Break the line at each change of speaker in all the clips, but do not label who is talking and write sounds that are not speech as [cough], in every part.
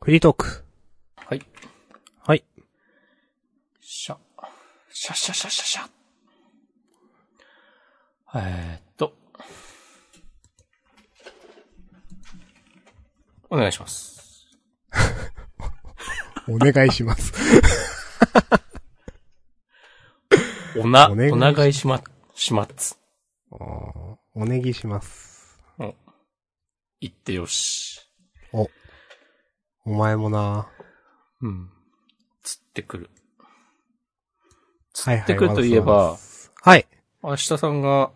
フリートーク。
はい。
はい。
シャ。シャシャシャシャシャ。えーっと。お願いします。
お願いします。
おな、
お願いし
お願いしま、しまっつ。
あー [laughs] お願いします。
言ってよし。
お前もな。
うん。釣ってくる。
はいはい。
釣ってくるといえば
ワルスワルス。
明日さんが、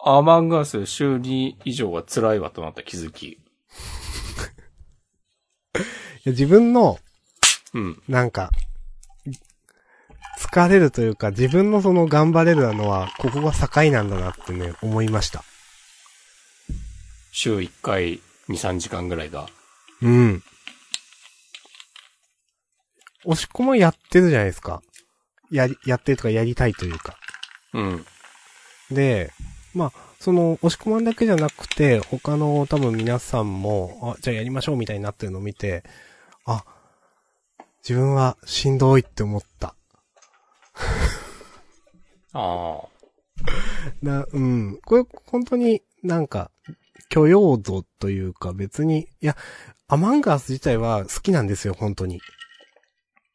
アマンガース週2以上は辛いわとなった気づき。
はい。いや自分の、
うん。
なんか、疲れるというか、自分のその頑張れるのは、ここが境なんだなってね、思いました。
週1回2、3時間ぐらいが。
うん。押し込まやってるじゃないですか。やり、やってるとかやりたいというか。
うん。
で、まあ、その、押し込まんだけじゃなくて、他の多分皆さんも、あ、じゃあやりましょうみたいになってるのを見て、あ、自分はしんどいって思った。
ああ。
な、うん。これ、本当になんか、許容度というか別に、いや、アマンガース自体は好きなんですよ、本当に。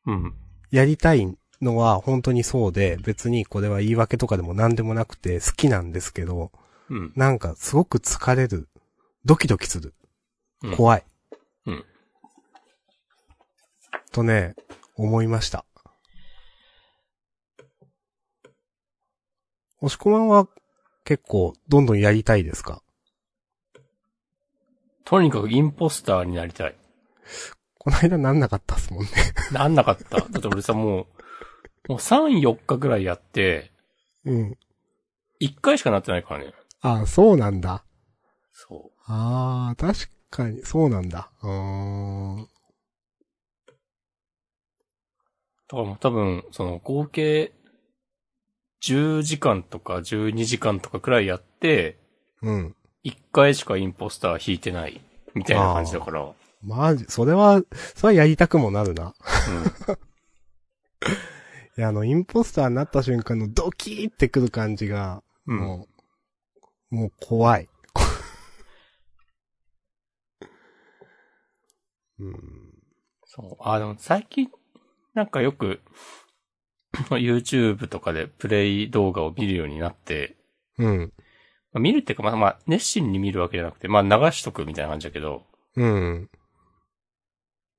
うん。
やりたいのは本当にそうで、別にこれは言い訳とかでも何でもなくて好きなんですけど、
うん。
なんかすごく疲れる。ドキドキする
うん。
怖い。
うん。
とね、思いました。押し込まんは結構どんどんやりたいですか
とにかくインポスターになりたい。
この間なんなかったっすもんね。
なんなかった。だ [laughs] って俺さ、もう、もう3、4日ぐらいやって、
うん。
1回しかなってないからね。
あそうなんだ。
そ
ああ、確かに、そうなんだ。うーん。
う。だからもう多分、その合計、10時間とか12時間とかくらいやって、
うん。
1回しかインポスター引いてない、みたいな感じだから。うん。
マジ、それは、それはやりたくもなるな。いや、あの、インポスターになった瞬間のドキーってくる感じが、
うん。
もう、もう怖い。うん。
そう。あ、でも最近、なんかよく、YouTube とかでプレイ動画を見るようになって、
うん。
まあ見るっていうか、まあまあ、熱心に見るわけじゃなくて、まあ流しとくみたいな感じだけど、
うん。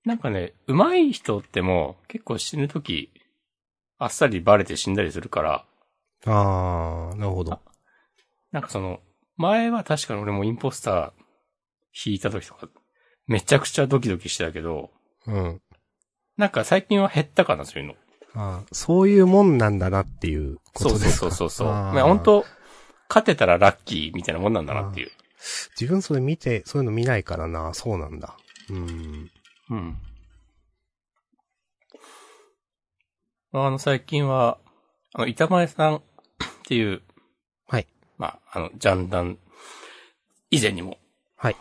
なんかね、上手い人ってもう結構死ぬとき、あっさりバレて死んだりするから、
あー、なるほど。
なんかその、前は確かに俺もインポスター引いたときとか、めちゃくちゃドキドキしてたけど、
うん。
なんか最近は減ったかな、そういうの。
あーそういうもんなんだなっていうこ
そう
とですか
そうそうそう。
あー
まあ本当勝てたらラッキーみたいなもんなんだなっていう。
自分それ見て、そういうの見ないからな、そうなんだ。うん。
うん。あの、最近は、あの、板前さん [coughs] っていう、
はい。
まあ、あの、ジャンダン、以前にも、
はい。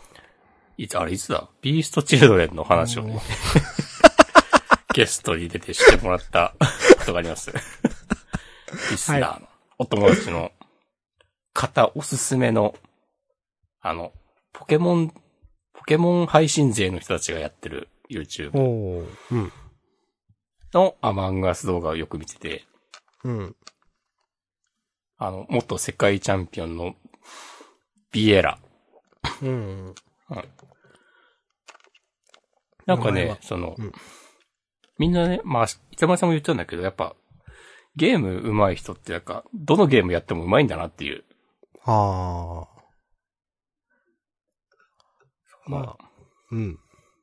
いつ、あれいつだビーストチルドレンの話を
お
ね
ー、
ゲストに出てしてもらったことがあり
[laughs]
ます。リスナーの、お友達の方おすすめの、あの、ポケモン、ポケモン配信勢の人たちがやってる YouTube
おー。うん。
のアマンガス動画をよく見てて、
うん。
あの、元世界チャンピオンのビエラ。
うん。
な
名
んか
前
ね
は、
その、
うん
みんなね、まあ、板前さんも言ったんだけど、やっぱ、ゲーム上手い人ってなんか、どのゲームやっても上手いんだなっていう。
あー。
ま
ま
あ
あ、、うん。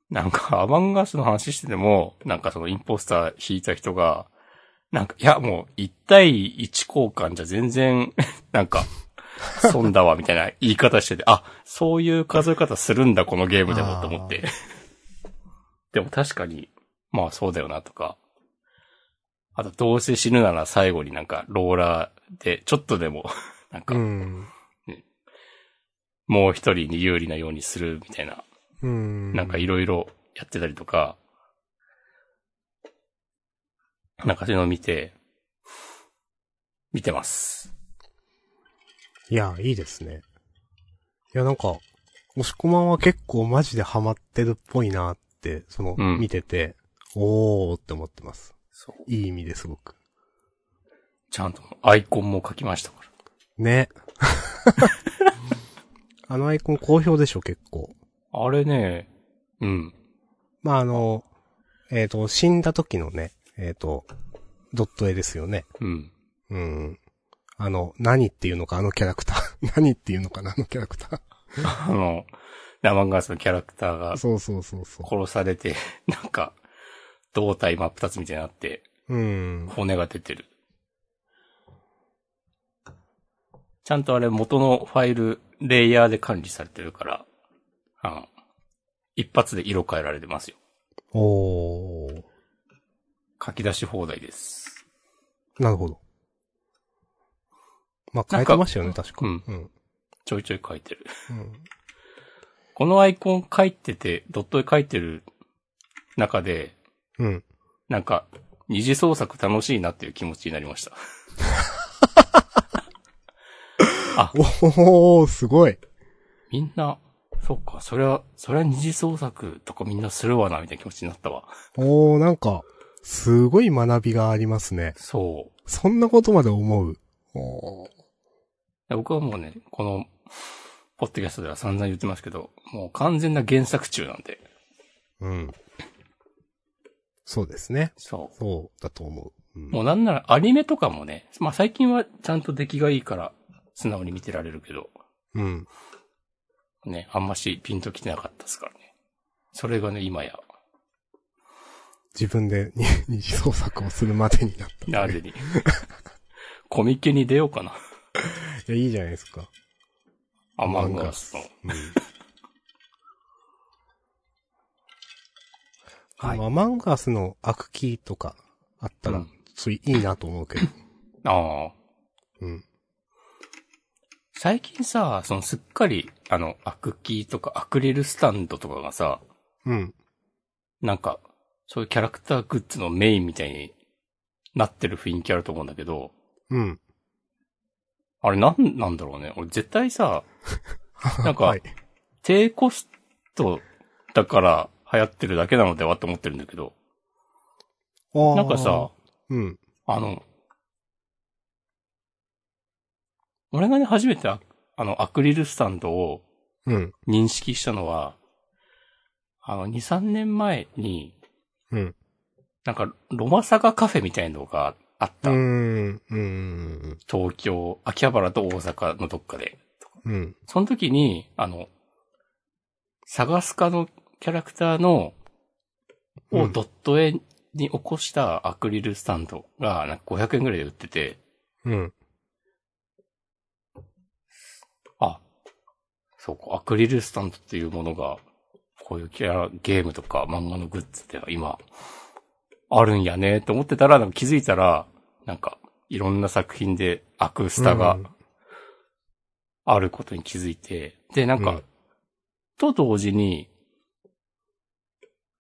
なんか、 [laughs] アマンガスの話してても、なんかそのインポスター引いた人が、なんか、いや、もう、1対1交換じゃ全然、 [laughs] なんか、損だわ、みたいな言い方してて、あ、そういう数え方するんだ、このゲームでも、と思って。 [laughs] でも確かに、まあそうだよな、とか。あと、どうせ死ぬなら最後になんか、ローラーで、ちょっとでも、 [laughs] なんか
う、ん。
もう一人に有利なようにする、みたいな。
うん。
なんかいろいろやってたりとか、なんかそういうのを見て、見てます。
いや、いいですね。いや、なんか、押し込まんは結構マジでハマってるっぽいなって、その、
うん
見てて、おーって思ってます。
そう。
いい意味ですごく。
ちゃんとアイコンも書きましたから。
ね。 [laughs] あのアイコン好評でしょ、結構。
あれね、うん。
まあ、あの、えっ、と、死んだ時のね、えっ、と、ドット絵ですよね。
うん。
うん。あの、何っていうのか、あのキャラクター。 [laughs] 何っていうのかな、あのキャラクタ
あの、ラマンガースのキャラクターが
ー。そうそうそうそ
殺されて、なんか、胴体真っ二つみたいになって、
う。うん。
骨が出てる。ちゃんとあれ元のファイル、レイヤーで管理されてるから、あの、一発で色変えられてますよ。
おー。
書き出し放題です。
なるほど。まあ、
な
変
ん
え
か
てましたよね、確か。
うん
うん。
ちょいちょい書いてる。
うん。
このアイコン書いてて、ドットで書いてる中で、
うん。
なんか、二次創作楽しいなっていう気持ちになりました。
おー、すごい。
みんな、そっか、それは、それは二次創作とかみんなするわな、みたいな気持ちになったわ。
おー、なんか、すごい学びがありますね。
そう。
そんなことまで思う。おー。
僕はもうね、この、ポッドキャストでは散々言ってますけど、もう完全な原作中なんで。
うん。そうですね。
そ
そうだと思う。うん
う。もうなんならアニメとかもね、まあ最近はちゃんと出来がいいから、素直に見てられるけど、
うん。
ね、あんましピンと来てなかったですからね。それがね、今や、
自分でに二次創作をするまでになった。
なぜに。コミケに出ようかな。
いや、いいじゃないですか。
アマンガスの。
うん。
はい
まあマンガスのアクキーとかあった
う
ら
ん、
ついいいなと思う
[laughs]
けど。
ああ。
うん。
最近さ、そのすっかり、あの、アクキーとかアクリルスタンドとかがさ、
うん。
なんか、そういうキャラクターグッズのメインみたいになってる雰囲気あると思うんだけど、
うん。
あれなんなんだろうね。俺絶対さ、
[laughs]
なんか
はい。
低コストだから流行ってるだけなのではって思ってるんだけど、
な
なんかさ、、
うん。
あの、俺がね、初めてああの、アクリルスタンドを
うん。
認識したのは、あの、2、3年前に、
うん。
なんか、ロマサガカフェみたいのがあっ
う
た。
ーん。うん。
東京、秋葉原と大阪のどっかで。
うん。
その時に、あの、サガスカのキャラクターの、
う
を
ん
ドット絵に起こしたアクリルスタンドが、なんか500円ぐらいで売ってて、
うん。
あ、そうか、アクリルスタンドっていうものが、こういうキャラ、ゲームとか漫画のグッズでは今、あるんやねって思ってたら、なんか気づいたら、なんか、いろんな作品でアクスタが
うん
あることに気づいて、で、なんか、
うん
と同時に、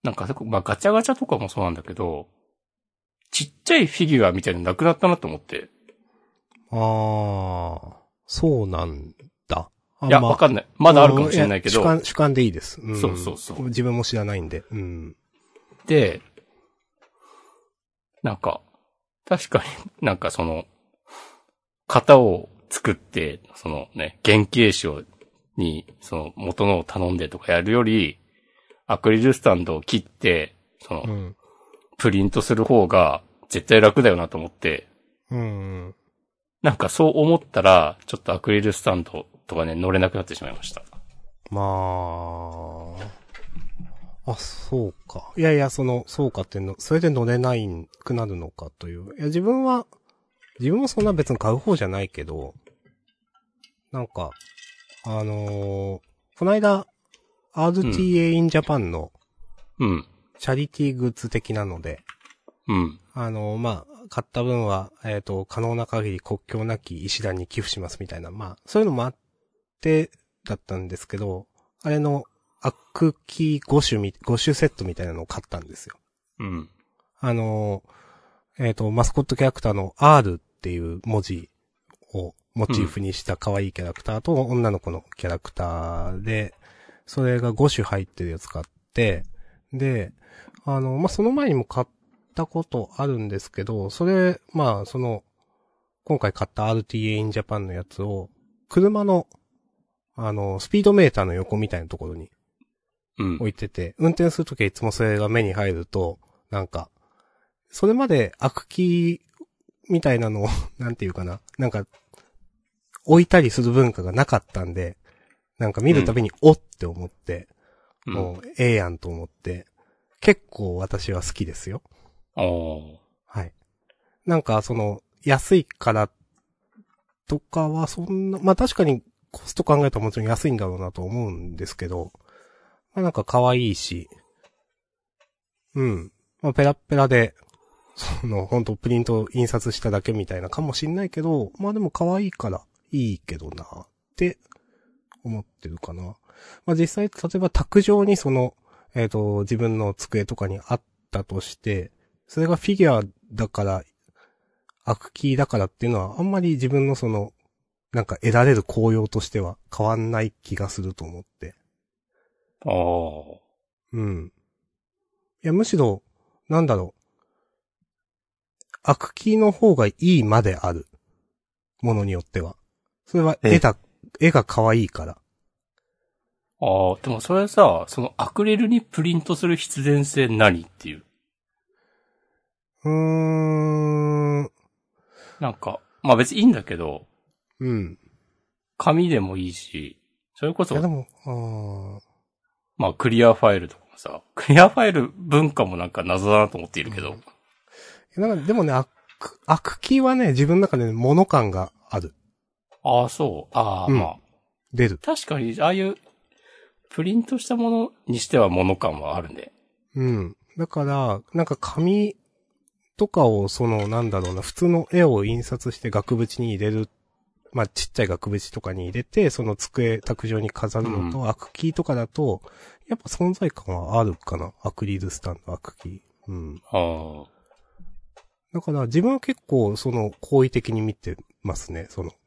なんか、まあ、ガチャガチャとかもそうなんだけど、ちっちゃいフィギュアみたいなのなくなったなと思って。
ああ、そうなんだ。あ
いや、
まあ
わ、かんない。まだあるかもしれないけど。
や主観、主観でいいです。ん
そうそうそう
自分も知らないんで。うん。
で、なんか、確かになんかその、型を作って、そのね、原型師を、に、その元のを頼んでとかやるより、アクリルスタンドを切って、その
う、ん。
プリントする方が絶対楽だよなと思って、
うん。
なんかそう思ったら、ちょっとアクリルスタンドとかね、乗れなくなってしまいました。
まあ、あ、そうか。いやいや、その、そうかっていうの、それで乗れないくなるのかという。いや、自分は、自分もそんな別に買う方じゃないけど、なんか、あのーこないだ、RTA in Japan の
うん。
チャリティーグッズ的なので、
うん。
あの、まあ、買った分は、えっ、と、可能な限り国境なき医師団に寄付しますみたいな、まあ、そういうのもあって、だったんですけど、あれの、アクキー5種み、5種セットみたいなのを買ったんですよ。
うん。
あの、えっ、と、マスコットキャラクターの R っていう文字をモチーフにした可愛いキャラクターと女の子のキャラクターで、それが5種入ってるやつ買って、で、あの、まあ、その前にも買ったことあるんですけど、それ、まあ、その、今回買った RTA in Japan のやつを、車の、あの、スピードメーターの横みたいなところに
うん。
置いてて、運転するときはいつもそれが目に入ると、なんか、それまでアクキーみたいなのを、 [laughs] なんていうかな、なんか、置いたりする文化がなかったんで、なんか見るたびに、おって思って、
うん
もう、ええやんと思って、結構私は好きですよ。
お
はい。なんか、その、安いからとかはそんな、まあ確かにコスト考えたらもちろん安いんだろうなと思うんですけど、まあなんか可愛いし、うん。まあペラッペラで、その、本当プリント印刷しただけみたいなかもしんないけど、まあでも可愛いからいいけどなって思ってるかな。まあ実際、例えば卓上にその、えっ、と、自分の机とかにあったとして、それがフィギュアだから、アクキーだからっていうのは、あんまり自分のその、なんか得られる効用としては変わんない気がすると思って。
ーお
うん。いや、むしろ、なんだろう。アクキーの方がいいまである。ものによっては。それは
ええ
絵だ、絵が可愛いから。
ーああ、でもそれさ、そのアクリルにプリントする必然性何っていう。
うーん。
なんか、まあ別にいいんだけど、
うん。
紙でもいいし、それこ
い
そ
や、で、も、ああ。
まあクリアファイルとかもさ、クリアファイル文化もなんか謎だなと思っているけど、
うんなんか、でもね、アク、アクキーはね、自分の中でね、物感がある。
ああ、そう、ああ、
うん
まあ、
出る。
確かに、ああいう、プリントしたものにしては物感はあるね。
うん。だから、なんか紙とかをその、なんだろうな、普通の絵を印刷して額縁に入れる、まあ、ちっちゃい額縁とかに入れて、その机、卓上に飾るのと、アクキーとかだと、やっぱ存在感はあるかな。アクリルスタンド、アクキー。うん。
ああ。
だから、自分は結構、その、好意的に見てますね。その、好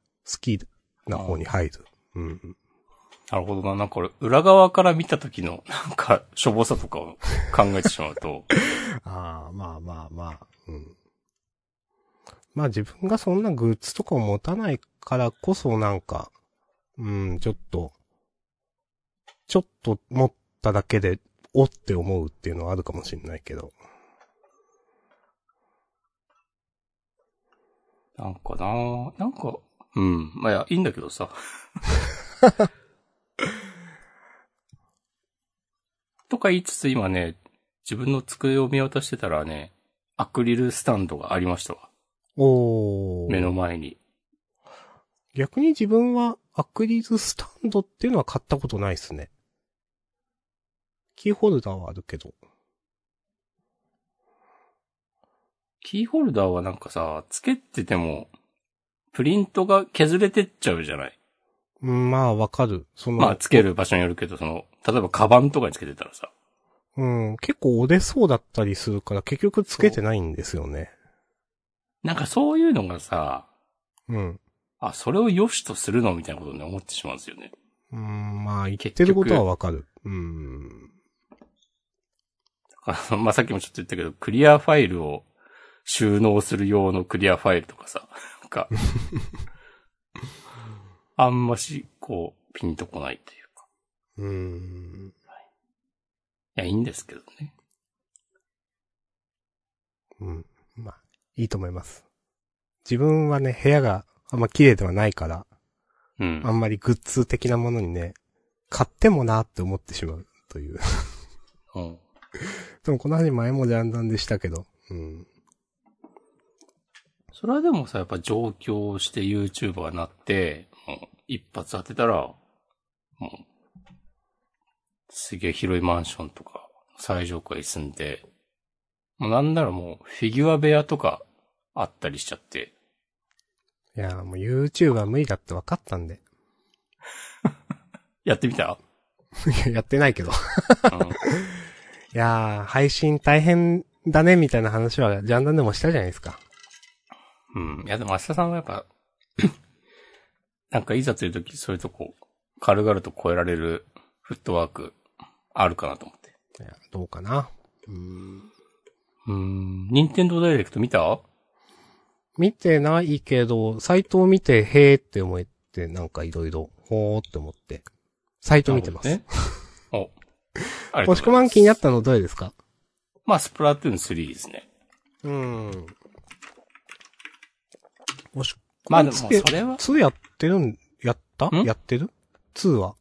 きな方に入る。うん。
なるほどな。なんかこれ、裏側から見た時の、なんか、しょぼさとかを考えてしまう [laughs] と、
ああ、まあまあまあ、うん。まあ自分がそんなグッズとかを持たないからこそなんか、うん、ちょっと、ちょっと持っただけで、おって思うっていうのはあるかもしれないけど。
なんかななんか、うん。まあ、いや、いいんだけど [laughs] さ。とか言いつつ今ね、自分の机を見渡してたらね、アクリルスタンドがありましたわ。
おー
目の前に。
逆に自分はアクリルスタンドっていうのは買ったことないですね。キーホルダーはあるけど。
キーホルダーはなんかさ、つけてても、プリントが削れてっちゃうじゃない。
うん、まあわかる。その、
まあ、つける場所によるけど、その、例えばカバンとかにつけてたらさ、
うん、結構折れそうだったりするから結局つけてないんですよね。
なんかそういうのがさ、
うん。
あ、それを良しとするのみたいなことに思ってしまうんですよね。 [laughs]
うーん、まあ、言ってることはわかる。うーん。
だからまあさっきもちょっと言ったけど、クリアファイルを収納する用のクリアファイルとかさ、なんか、あんまし、こう、ピンとこないっていうか。
うーん。
いや、いいんですけどね。
うん。まあ、いいと思います。自分はね、部屋があんま綺麗ではないから、
うん
あ。んまりグッズ的なものにね、買ってもなって思ってしまうという。 [laughs]
うん、
でもこの話前もジャンダンでしたけど、うん。
それはでもさ、やっぱ上京して YouTuber になって、もう一発当てたら、もう、すげえ広いマンションとか、最上階に住んで、もうなんならもうフィギュア部屋とかあったりしちゃって、
いやー、もう YouTube は無理だって分かったんで。
やってみた
い [laughs] ややってないけど。 [laughs]
うん
いやー、配信大変だね、みたいな話は、ジャンダンでもしたじゃないですか。
うん。いや、でも、明日さんはやっぱ、なんかいざという時、そういうとこ、軽々と超えられるフットワーク、あるかなと思って。
いやどうかな。うーん。
うーん。任天堂ダイレクト見た
見てないけど、サイトを見て、へーって思って、なんかいろいろ、ほーって思って。サイト見てます。
ね。
[laughs]
お。ありがとうございます
押し込まん気になったのどれですか
まあ、スプラトゥーン3ですね。
うーん。押し込
ま
ま
あ
ん
でも、それは、
2やってるん、やった
ん
やってる ?2 は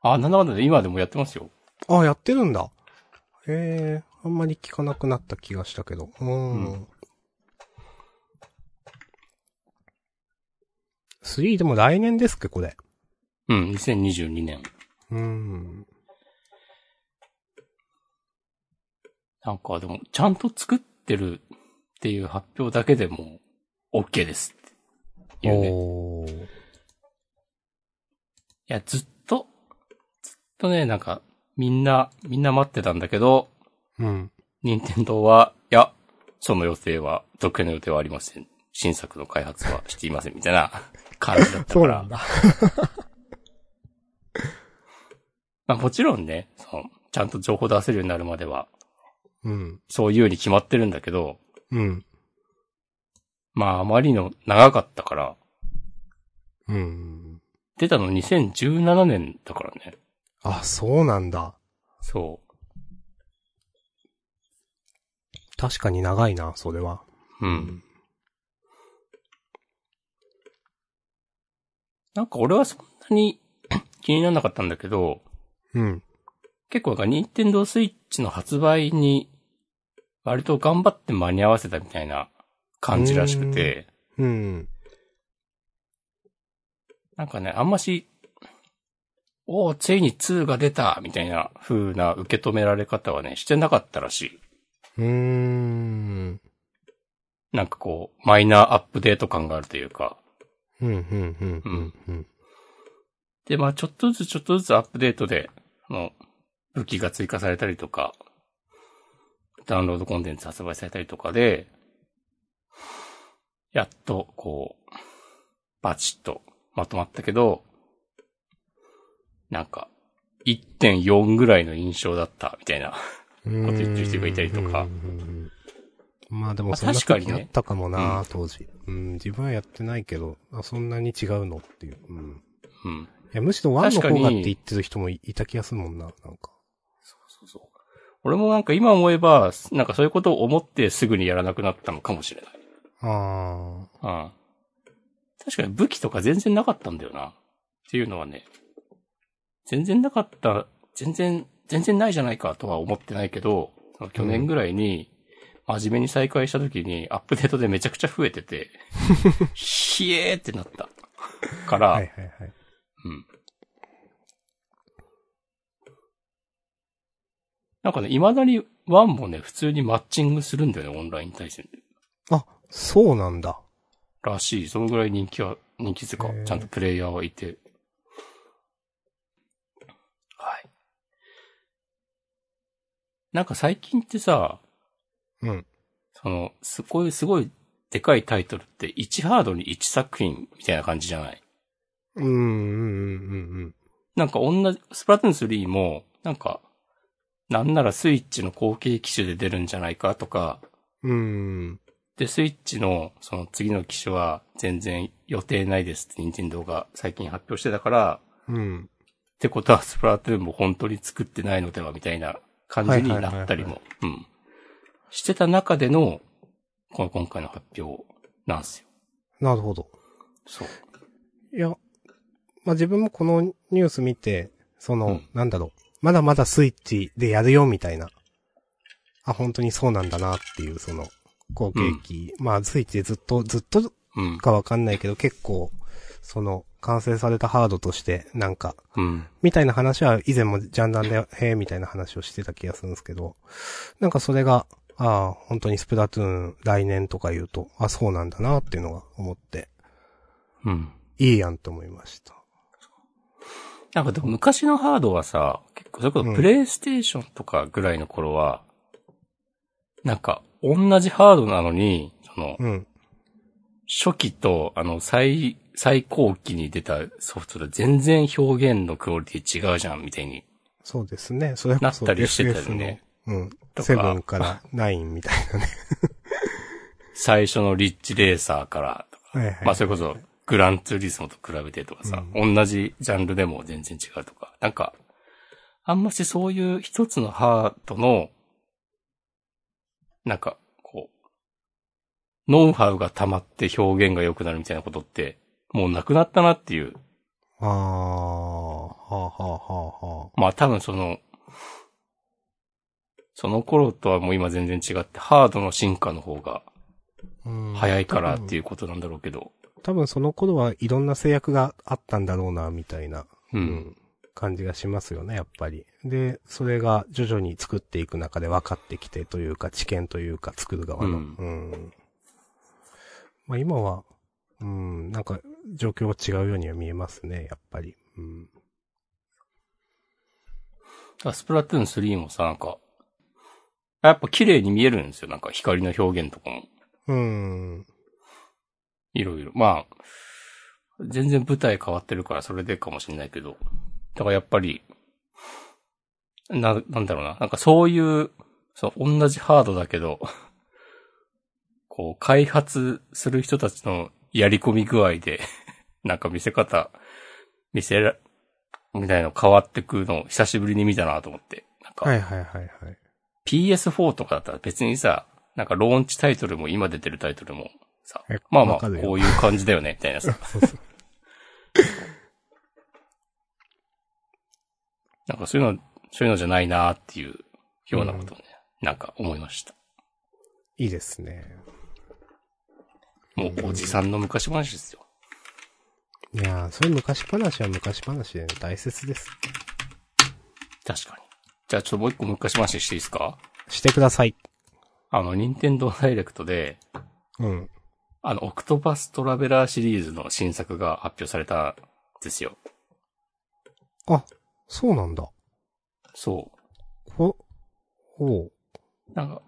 あ、なんだかんだで今でもやってますよ。
あ、やってるんだ。へえ、あんまり聞かなくなった気がしたけど。うー。
うん
3でも来年ですっけ、これ。
うん、2022年。
うーん。
なんか、でも、ちゃんと作ってるっていう発表だけでも、OK ですっていうね。
おー
いや、ずっと、ずっとね、なんか、みんな、みんな待ってたんだけど、
うん。
任天堂は、いや、その予定は、続編の予定はありません。新作の開発はしていません、みたいな感じだった
[laughs] そ
か
う
ら。
なんだ。
まあもちろんね、その、ちゃんと情報出せるようになるまでは、
うん。
そういうように決まってるんだけど、
うん。
まああまりの長かったから、
うん。
出たの2017年だからね。
あ、そうなんだ。
そ
確かに長いな、それは。
う。うん。なんか俺はそんなに [clears throat] 気にならなかったんだけど、
うん。
結構なんか任天堂スイッチの発売に、割と頑張って間に合わせたみたいな感じらしくて、
うん。
なんかね、あんまし、おーついに2が出たみたいな風な受け止められ方はね、してなかったらし
うーん。
い。なんかこう、マイナーアップデート感があるというか。
うん、うん、うん、うん、うん。
で、まあちょっとずつちょっとずつアップデートで、あの、武器が追加されたりとか、ダウンロードコンテンツ発売されたりとかで、やっと、こう、バチッとまとまったけど、なんか、1.4ぐらいの印象だった、みたいな。
こ
と言ってる人がいたりとか。
まあで
ま
も
あ
そんな
確かに
時
ね
あったかもな、
うん
当時。うん、自分はやってないけど、あそんなに違うのっていう。うん。
うん。
いや、むしろワンの方
確
が
か
っ
に
て言ってる人もいいた気がするもんな、なんか。
そうそう。俺もなんか今思えば、なんかそういうことを思ってすぐにやらなくなったのかもしれない。
あ
うん。確かに武器とか全然なかったんだよな。っていうのはね、全然なかった、全然、全然ないじゃないかとは思ってないけど、その去年ぐらいに、真面目に再開した時に、アップデートでめちゃくちゃ増えてて、ひえーってなった。から、
あ。はいはいはい。
うん。なんかね、未だに1もね、普通にマッチングするんだよね、オンライン対戦で。
あ、そうなんだ。
らしい。そのぐらい人気は、人気ですか
へー
ちゃんとプレイヤーはいて。はい。なんか最近ってさ、
うん。
その、すごい、すごい、でかいタイトルって、1ハードに1作品みたいな感じじゃない
うん、うん、うん、うん、
なんか同じ、スプラトゥーン3も、なんか、なんならスイッチの後継機種で出るんじゃないかとか、
うん。うん。
で、スイッチの、その次の機種は全然予定ないですって、任天堂が最近発表してたから、
うん。
ってことはスプラトゥーンも本当に作ってないのではみたいな感じになったりも、うん。してた中での、この今回の発表なんですよ。
なるほど。
そう。
いや、まあ、自分もこのニュース見て、その、
うん
なんだろう、まだまだスイッチでやるよみたいな。あ、本当にそうなんだなっていう、その、後継機。まあ、スイッチでずっと、ずっと
うん。
かわかんないけど、結構、その、完成されたハードとして、なんか、
うん。
みたいな話は以前もジャンダンで、へえ、みたいな話をしてた気がするんですけど、なんかそれが、ああ、本当にスプラトゥーン来年とか言うと、あ、そうなんだなっていうのが思って、
うん。
いいやんと思いました。
なんかでも昔のハードはさ、結構それこ
う
そ
ん
プレイステーションとかぐらいの頃は、なんか同じハードなのに、その、
うん。
初期と、あの、最、最高期に出たソフトで全然表現のクオリティ違うじゃん、みたいに
そうですね。それ
な
こ
っ
そ
たりしてたよね。
FF の。うん。
とか
セブンからナインみたいなね。
最初のリッチレーサーからとか、 [laughs]
はいはい。
まあそれこそグランツーリスモと比べてとかさ、同じジャンルでも全然違うとか、なんか、あんましそういう一つのハートの、なんか、こう、ノウハウが溜まって表現が良くなるみたいなことって、もうなくなったなっていう。
あー、はあ、はあ、はあ、はあ。
まあ多分その、その頃とはもう今全然違って、ハードの進化の方が
うん
早いからっていうことなんだろうけど、
多分その頃はいろんな制約があったんだろうな、みたいな
うん。
感じがしますよね、やっぱり。で、それが徐々に作っていく中で分かってきてというか、知見というか、作る側の。う
うんん。
まあ今は、うん、なんか状況が違うようには見えますね、やっぱり。うん。
あスプラトゥーン3もさ、なんか、やっぱ綺麗に見えるんですよ。なんか光の表現とかも。
うん。
いろいろ。まあ、全然舞台変わってるからそれでかもしれないけど。だからやっぱり、な、なんだろうな。なんかそういう、そう、同じハードだけど、こう、開発する人たちのやり込み具合で、なんか見せ方、見せら、みたいなの変わってくのを久しぶりに見たなと思って。なんか、
はいはいはいはい。
PS4 とかだったら別にさ、なんかローンチタイトルも今出てるタイトルもさ
え、
まあま
わ
あ、
か
こ
るよ
ういう感じだよね、みたいなさ。
[laughs] そうそう。
[laughs] なんかそういうの、そういうのじゃないなっていうようなことをね、なんか思いました。
いいですね。
もうおじさんの昔話ですよ。
いやー、そういう昔話は昔話でね、大切です。
確かに。じゃあちょっともう一個昔話していいですか
してください。
あの、任天堂ダイレクトで、
うん。
あの、オクトパストラベラーシリーズの新作が発表されたんですよ。
あ、そうなんだ。
そう。
ほ、ほ
なんか、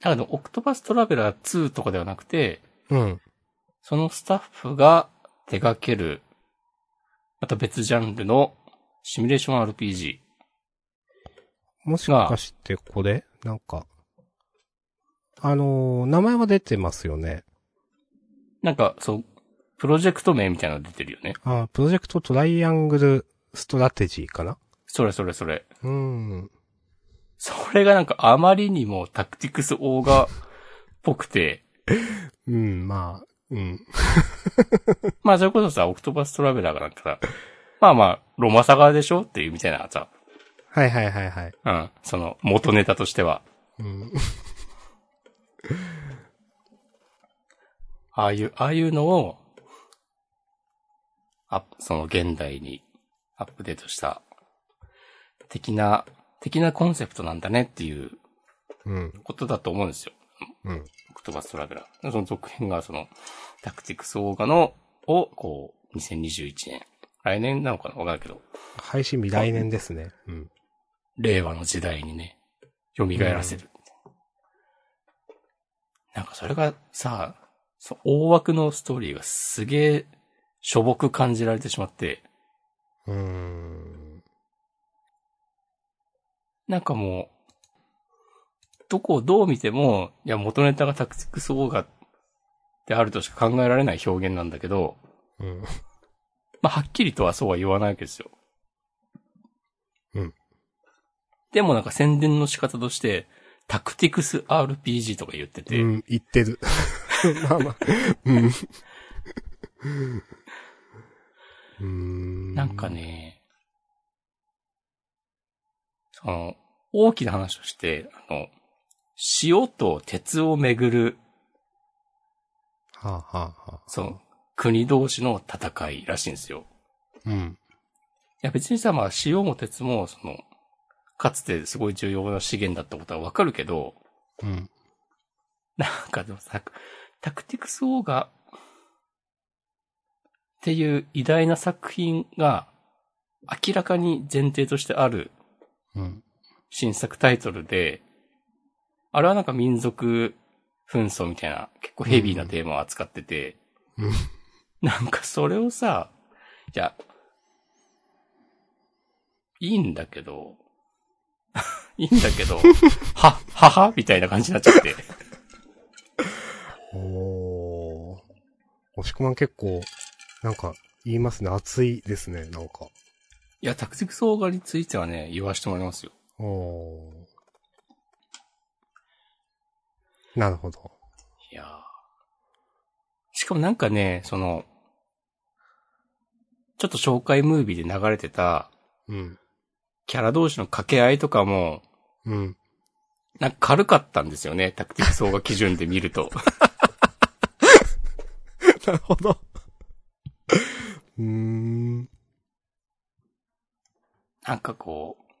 なんかでもオクトパストラベラー2とかではなくて、
う。うん。
そのスタッフが手掛ける、また別ジャンルのシミュレーション RPG。
もしかしてこれなんか。あのー名前は出てますよね。
なんか、そう、プロジェクト名みたいなの出てるよね。
あープロジェクトトライアングルストラテジーかな
それそれそれ。
うーん。
それがなんかあまりにもタクティクスオーガっぽくて、
うん、まあ、うん。
まあそれこそさ、オクトパストラベラーがなんかさ、まあまあ、ロマサガでしょっていうみたいなさ、
はいはいはいはい。
うん、その元ネタとしては。
うん。
ああいう、ああいうのを、あ、その現代にアップデートした、的な、的なコンセプトなんだねっていう
うん。
ことだと思うんですよ。
うん。
オクトバストラベラー。その続編がその、タクティクスオーガのを、こう、2021年。来年なのかなわかんないけど、
配信日来年ですね。うん。
令和の時代にね、蘇らせる。なんかそれがさ、そ大枠のストーリーがすげえ、しょぼく感じられてしまって、
うーん。
なんかもう、どこをどう見ても、いや、元ネタがタクティクスオーガであるとしか考えられない表現なんだけど、
うん。
まあ、はっきりとはそうは言わないわけですよ。
うん。
でもなんか宣伝の仕方として、タクティクス RPG とか言ってて、
うん、言ってる。 [laughs] まあまあ。うん。うーん。
なんか。ね、その、大きな話として、あの、塩と鉄をめぐる、
はあ、はあはあ、
その、国同士の戦いらしいんですよ。
うん。
いや別にさ、まあ塩も鉄も、その、かつてすごい重要な資源だったことはわかるけど、
うん。
なんかでもさ、タクティクスオーガっていう偉大な作品が、明らかに前提としてある
うん。
新作タイトルで、あれはなんか民族紛争みたいな、結構ヘビーなテーマを扱ってて、
うんうん
なんかそれをさ、いや、いいんだけど、 [laughs] いいんだ
[laughs]
けど、は、ははみたいな感じになっちゃって。
おー。押し込まん結構、なんか、言いますね。熱いですね、なんか。
いや、タクティクスオーガについてはね、言わしてもらいますよ。
おー。なるほど。
いやーしかもなんかね、その、ちょっと紹介ムービーで流れてた、
うん。
キャラ同士の掛け合いとかも、
うん。 [laughs]
なんか軽かったんですよね。タクティクスオーガ基準で見ると。
なるほど。 [laughs] うーん。
なんかこう、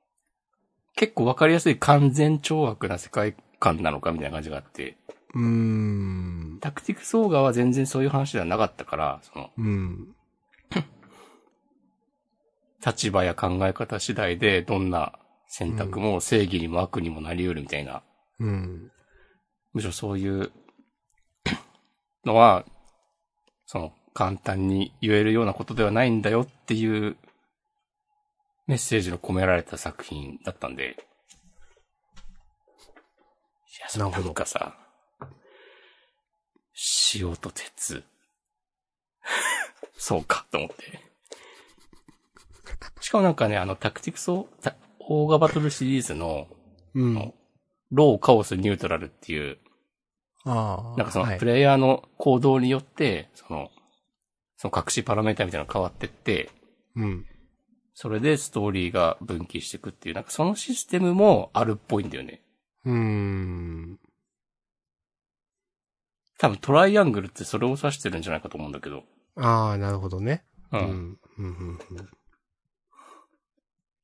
結構わかりやすい完全懲悪な世界観なのかみたいな感じがあって、
うーん。
タクティクスオーガは全然そういう話ではなかったから、その、
うん。
立場や考え方次第でどんな選択も正義にも悪にもなり得るみたいな、
うん。
むしろそういうのは、その、簡単に言えるようなことではないんだよっていうメッセージの込められた作品だったんで。いや、そ
な
う
るほ
な
ど
んかさ、塩と鉄。 [laughs] そうか、と思って。しかもなんかね、あの、タクティクスオー、オーガバトルシリーズの、
うん。
あロー、カオス、ニュートラルっていう、
ああ。
なんかそ
は
の
い
プレイヤーの行動によって、その、その隠しパラメータみたいなのが変わってって、
うん。
それでストーリーが分岐していくっていう、なんかそのシステムもあるっぽいんだよね。
うーん。
多分トライアングルってそれを指してるんじゃないかと思うんだけど。
ああ、なるほどね。
う。
うんん。うん。うん。うん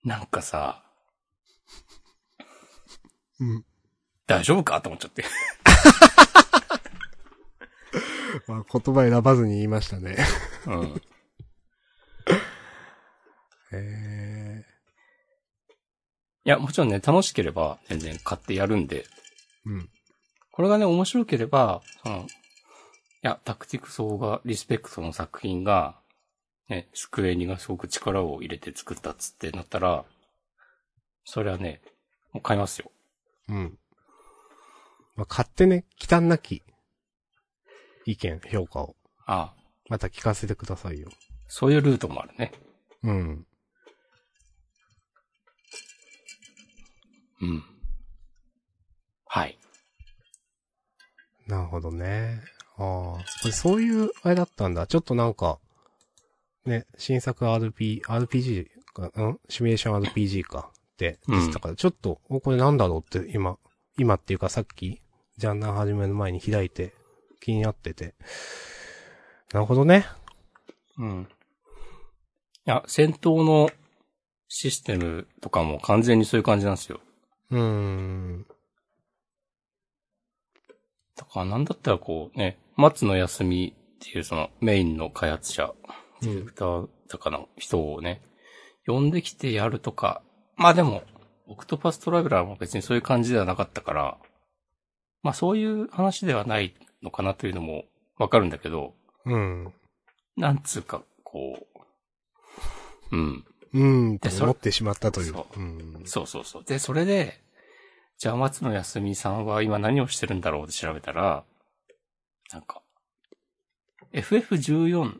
なんかさ、
うん。
大丈夫かと思っちゃって。
まあ言葉選ばずに言いましたね。
うん。
へえ。
いや、もちろんね、楽しければ全然買ってやるんで、
うん。
これがね、面白ければ、その、いや、タクティクソーが、リスペクトの作品が、ね、スクエニがすごく力を入れて作ったっつってなったら、それはね、もう買いますよ。
うん。まあ、買ってね、忌憚なき意見、評価を、
ああ、
また聞かせてくださいよ。
そういうルートもあるね。
うん。
うん。はい。
なるほどね。ああ、これそういう、あれだったんだ。ちょっとなんか、ね、新作 RP、RPG か、んシミュレーション RPG かって
うん
出てたから、ちょっと、おこれなんだろうって今、今っていうかさっき、ジャンナー始める前に開いて、気になってて。なるほどね。
うん。いや、戦闘のシステムとかも完全にそういう感じなんですよ。
うーん。
だからなんだったらこうね、松野休みっていうそのメインの開発者、ディレクターとかの人をね、呼んできてやるとか、まあでも、オクトパストラベラーも別にそういう感じではなかったから、まあそういう話ではないのかなというのもわかるんだけど、
うん。
なんつうか、こう、うん、
うん、っ
で
て
それ
思ってしまったという。。
そう
ん。
そうそうそう。で、それで、じゃあ松野康美さんは今何をしてるんだろうって調べたら、なんか、FF14、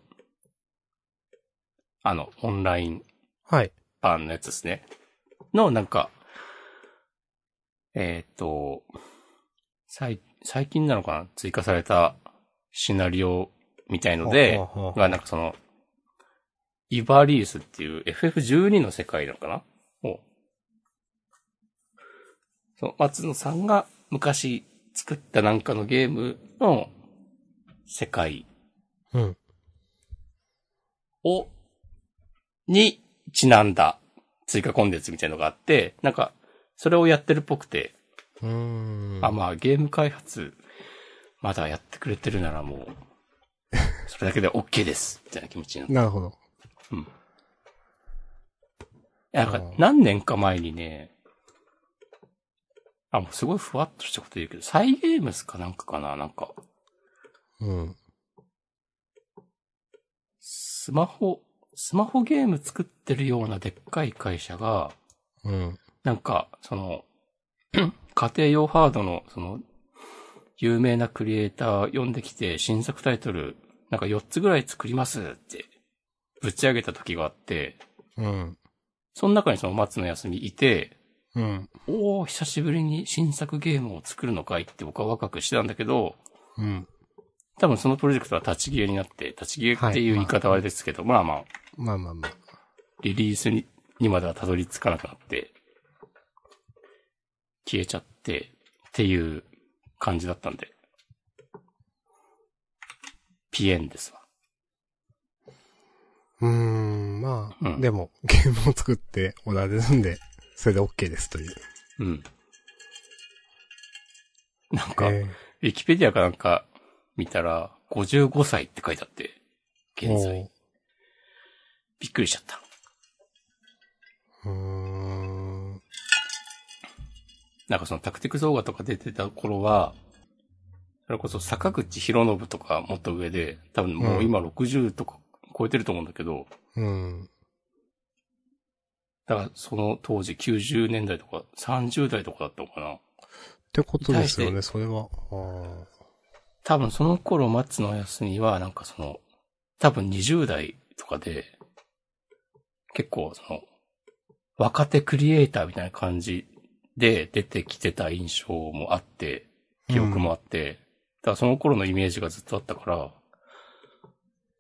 あの、オンライン
はい。
版のやつですね。の、なんか、えっ、と、最、最近なのかな追加されたシナリオみたいので、
ほうほうほう
が、なんかその、イバリースっていう FF12 の世界なのかなを、そう、松野さんが昔作ったなんかのゲームの世界
うん。
を、にちなんだ追加コンテンツみたいのがあって、なんか、それをやってるっぽくて、
うーん。
あ、まあゲーム開発、まだやってくれてるならもう、
[laughs]
それだけで OK ですみたいな気持ちになって
なるほど。
うん。やなんか
うん
何年か前にね、あ、もうすごいふわっとしたこと言うけど、サイゲームスかなんかかななんか、
うん。
スマホ、スマホゲーム作ってるようなでっかい会社が、
うん。
なんか、その、 [clears throat] 家庭用ハードの、その、有名なクリエイター呼んできて、新作タイトル、なんか4つぐらい作りますって、ぶち上げた時があって、
うん。
その中にその松野康美いて、
うん。
おー、久しぶりに新作ゲームを作るのかいって僕は若くしてたんだけど、
うん。
多分そのプロジェクトは立ち消えになって、立ち消えっていう言い方はあれですけど、まあまあ、
まあまあまあ。
リリースににまではたどり着かなくなって、消えちゃって、っていう感じだったんで。ピエンですわ。
うーん、まあ、
うん
でも、ゲームを作ってオーダーで済んで、それで OK ですという。
うん。なんか、
え
ウィキペディアかなんか見たら、55歳って書いてあって、
ー
現在。。びっくりしちゃった。
おーうーん。
なんかそのタクティクス動画とか出てた頃は、それこそ坂口博信とかもっと上で、多分もう今60とか超えてると思うんだけど、
うん。
だからその当時90年代とか30代とかだったのかな。
ってことですよ
に
ね、それは。
多分その頃松野康美はなんかその、多分20代とかで、結構その、若手クリエイターみたいな感じで出てきてた印象もあって、記憶もあって、だからその頃のイメージがずっとあったから、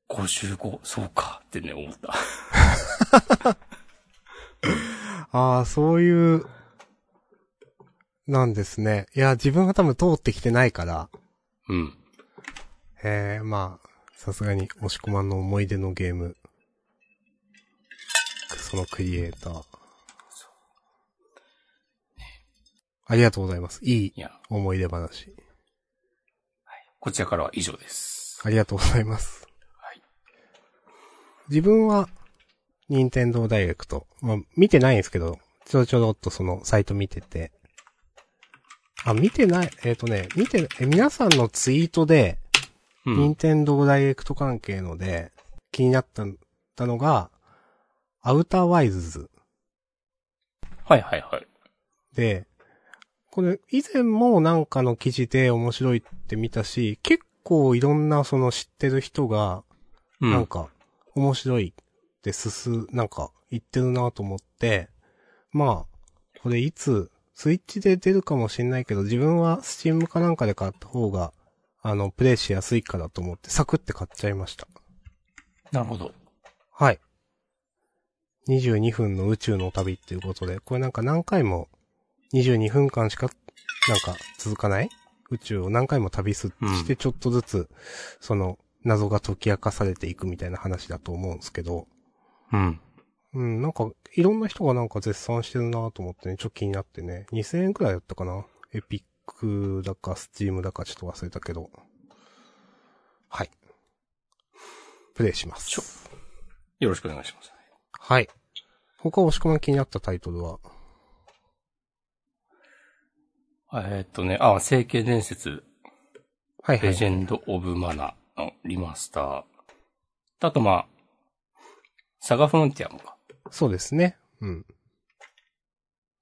55、そうかってね、思った。
あーあー、そういう、なんですね。いや、自分が多分通ってきてないから、
うん。
えー、まあ、さすがに、押し込まんの思い出のゲーム。そのクリエイター。ありがとうございます。いい
いや、
思い出話。
こちらからは以上です。
ありがとうございます。
はい。
自分は、任天堂ダイレクト。まあ、見てないんですけど、ちょろちょろっとそのサイト見てて。あ、見てない、えっ、とね、見て、え皆さんのツイートで、
う
任
ん。
天堂ダイレクト関係ので、気になったたのが、アウターワイズズ
はいはいはい。
で、これ以前もなんかの記事で面白いって見たし、結構いろんなその知ってる人が、
うん。
なんか面白いって進、なんか言ってるなと思って、まあ、これいつ、スイッチで出るかもしんないけど、自分はスチームかなんかで買った方が、あの、プレイしやすいからと思って、サクって買っちゃいました。
なるほど。
はい。22分の宇宙の旅っていうことで、これなんか何回も、22分間しか、なんか続かない宇宙を何回も旅す、
うん
してちょっとずつ、その、謎が解き明かされていくみたいな話だと思うんですけど、
うん。
うん、なんか、いろんな人がなんか絶賛してるなと思ってね、ちょっと気になってね、2000円くらいだったかなエピックだか、スチームだかちょっと忘れたけど。はい。プレイしま
ちょ
す。
よろしくお願いします。
はい。他押し込まん気になったタイトルは
えーっとね、あ、聖剣伝説、
はいは
レジ
い。
ェンド・オブ・マナのリマスター。あと、まあ、サガフロンティアもか。
そうですね。うん。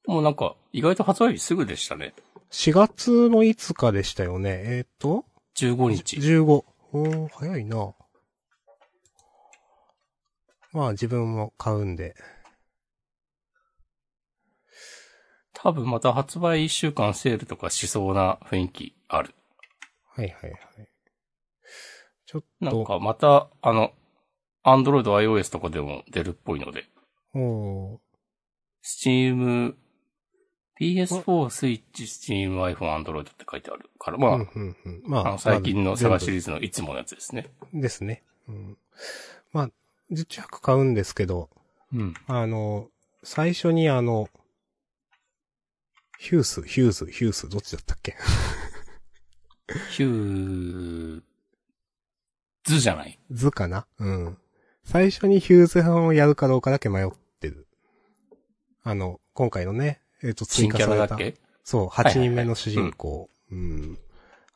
もうなんか、意外と発売日すぐでしたね。
4月の5日でしたよね。えっ、と、
15日。
15。おー、早いな。まあ自分も買うんで。
多分また発売1週間セールとかしそうな雰囲気ある。
はいはいはい。ちょっ
なん
と、
か、また、あの、アンドロイド、iOS とかでも出るっぽいので。
おー
Steam、PS4、Switch、Steam、iPhone、Android って書いてあるから、まあ、
うんうんうん。まあ、
あの最近のサ
探
ガ
し
シリーズのいつものやつですね。
ですね。うん。まあ、実着買うんですけど、
うん。
あの、最初にあの、ヒュース、ヒュース、ヒュース、どっちだったっけ [laughs]
ヒュー、ズじゃない。
図かなうん。最初にヒューズ版をやるかどうかだけ迷ってる。あの、今回のね、えっ、と、追
新
加
キャ
さ
ラ
れ
だ
た
っ。け
そう、
いはい
8人目の主人公。うん。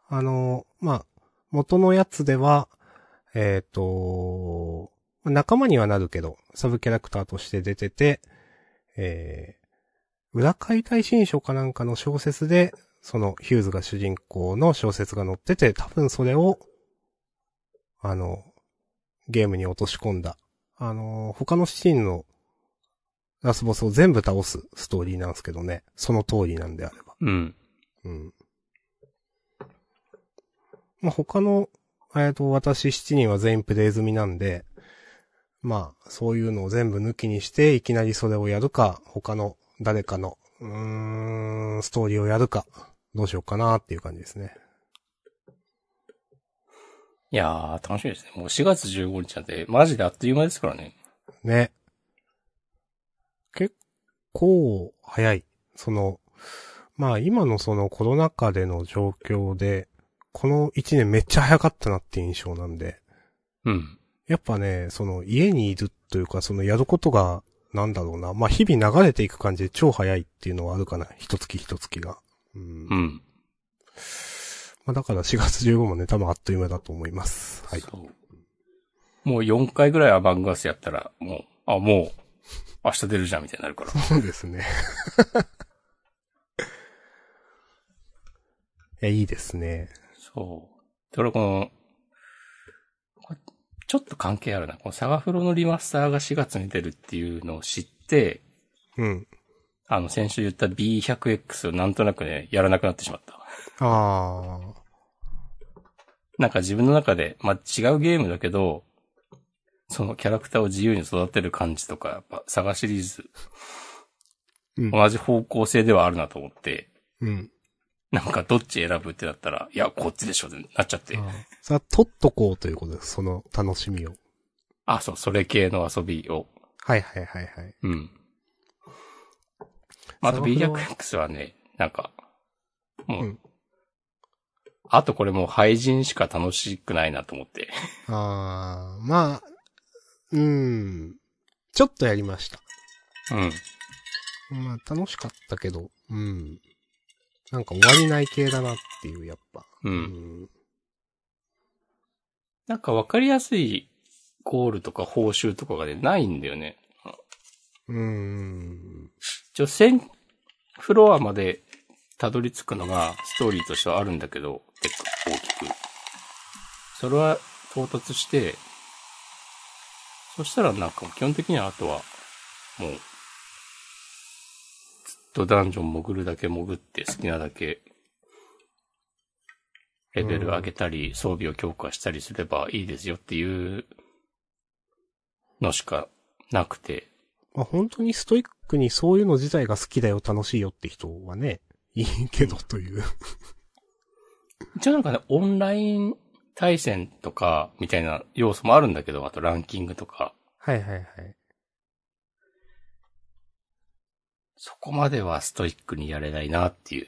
あの、まあ、元のやつでは、えっ、と、仲間にはなるけど、サブキャラクターとして出てて、えー、裏解体新書かなんかの小説で、そのヒューズが主人公の小説が載ってて、多分それを、あの、ゲームに落とし込んだ。あの、他のシーンのラスボスを全部倒すストーリーなんですけどね。その通りなんであれば。
うん。
うん。まあ、他の、えっ、と、私7人は全員プレイ済みなんで、まあ、そういうのを全部抜きにして、いきなりそれをやるか、他の誰かの、うーん、ストーリーをやるか、どうしようかなっていう感じですね。
いやー、楽しみですね。もう4月15日なんて、マジであっという間ですからね。
ね。結構早い。その、まあ今のそのコロナ禍での状況で、この1年めっちゃ早かったなって印象なんで、
うん。
やっぱね、その家にいるというか、そのやることが、なんだろうな、まあ日々流れていく感じで超早いっていうのはあるかな。一月一月が。うん。
う
まあ
ん。
だから4月15もね、多分あっという間だと思います。はい。
そう。もう4回ぐらいアマングアスやったら、もう、あ、もう、明日出るじゃんみたいになる [laughs] から。
そうですね。 [laughs] いや、いいですね。
そう。で、俺この、これちょっと関係あるな。このサガフロのリマスターが4月に出るっていうのを知って、
うん。
あの、先週言った B100X をなんとなくね、やらなくなってしまった。
ああ。
なんか自分の中で、まあ、違うゲームだけど、そのキャラクターを自由に育てる感じとか、やっぱ、サガシリーズ、
うん
同じ方向性ではあるなと思って、
うん。
なんかどっち選ぶってなったら、いや、こっちでしょってなっちゃって
あ。ーさあ、取っとこうということです。その楽しみを。
あ、そう、それ系の遊びを。
はいはいはいはい。
うん。まああと
サガフロは
B100X はね、なんか、も
う
う、
ん
あとこれもう廃人しか楽しくないなと思って。
ああ、まあ、うん。ちょっとやりました。
うん。
まあ、楽しかったけど、うん。なんか終わりない系だなっていう、やっぱ。
う。
うん
なんかわかりやすいゴールとか報酬とかがね、ないんだよね。
ん。うん。
一応1000フロアまでたどり着くのがストーリーとしてはあるんだけど、結構大きく。それは到達して、そしたらなんかもう基本的にはあとは、もう、ずっとダンジョン潜るだけ潜って好きなだけ、レベル上げたり、装備を強化したりすればいいですよっていうのしかなくて、
まあ、本当にストイックにそういうの自体が好きだよ、楽しいよって人はね、いいけどという。
一応なんかね、オンライン対戦とか、みたいな要素もあるんだけど、あとランキングとか、
はいはいはい。
そこまではストイックにやれないなっていう。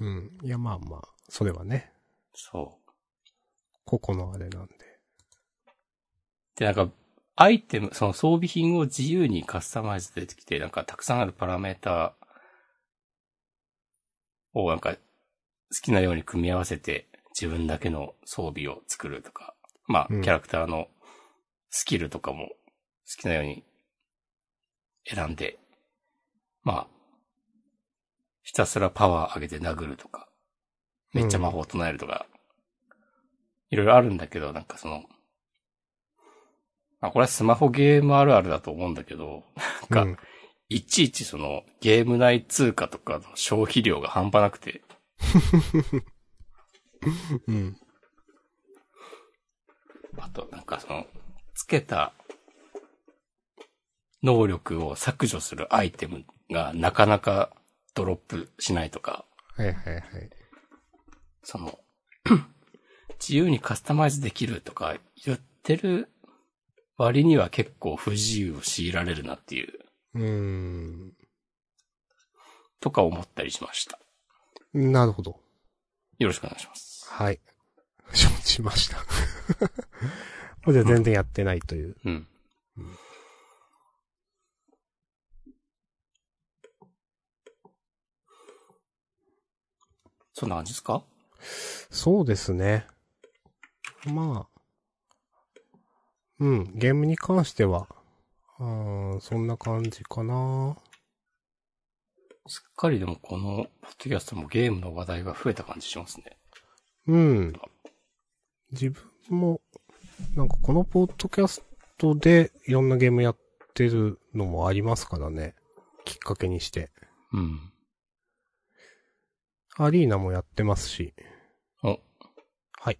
うん。いや、まあまあ、それはね、
そう。
個々のあれなんで。
で、なんか、アイテム、その装備品を自由にカスタマイズできて、なんかたくさんあるパラメーターをなんか、好きなように組み合わせて、自分だけの装備を作るとか、まあ、キ
うん
ャラクターのスキルとかも好きなように選んで、まあ、ひたすらパワー上げて殴るとか、めっちゃ魔法唱えるとか、いろいろあるんだけど、なんかその、まあ、これはスマホゲームあるあるだと思うんだけど、なんか、
うん
いちいちそのゲーム内通貨とかの消費量が半端なくて、
うん。
あとなんかその、つけた能力を削除するアイテムがなかなかドロップしないとか、
はいはいはい。
その、 [clears throat] 自由にカスタマイズできるとか言ってる割には結構不自由を強いられるなっていう、
うーん。
とか思ったりしました。
なるほど。
よろしくお願いします。
はい。承知しました。 [laughs] これじゃ全然やってないという。
うん。そんな感じですか
そうですね。まあ。うん、ゲームに関しては、うーん、そんな感じかな。
すっかりでもこの、ポッドキャストもゲームの話題が増えた感じしますね。
うん。自分も、なんかこのポッドキャストでいろんなゲームやってるのもありますからね。きっかけにして。
うん。
アリーナもやってますし。
お
はい。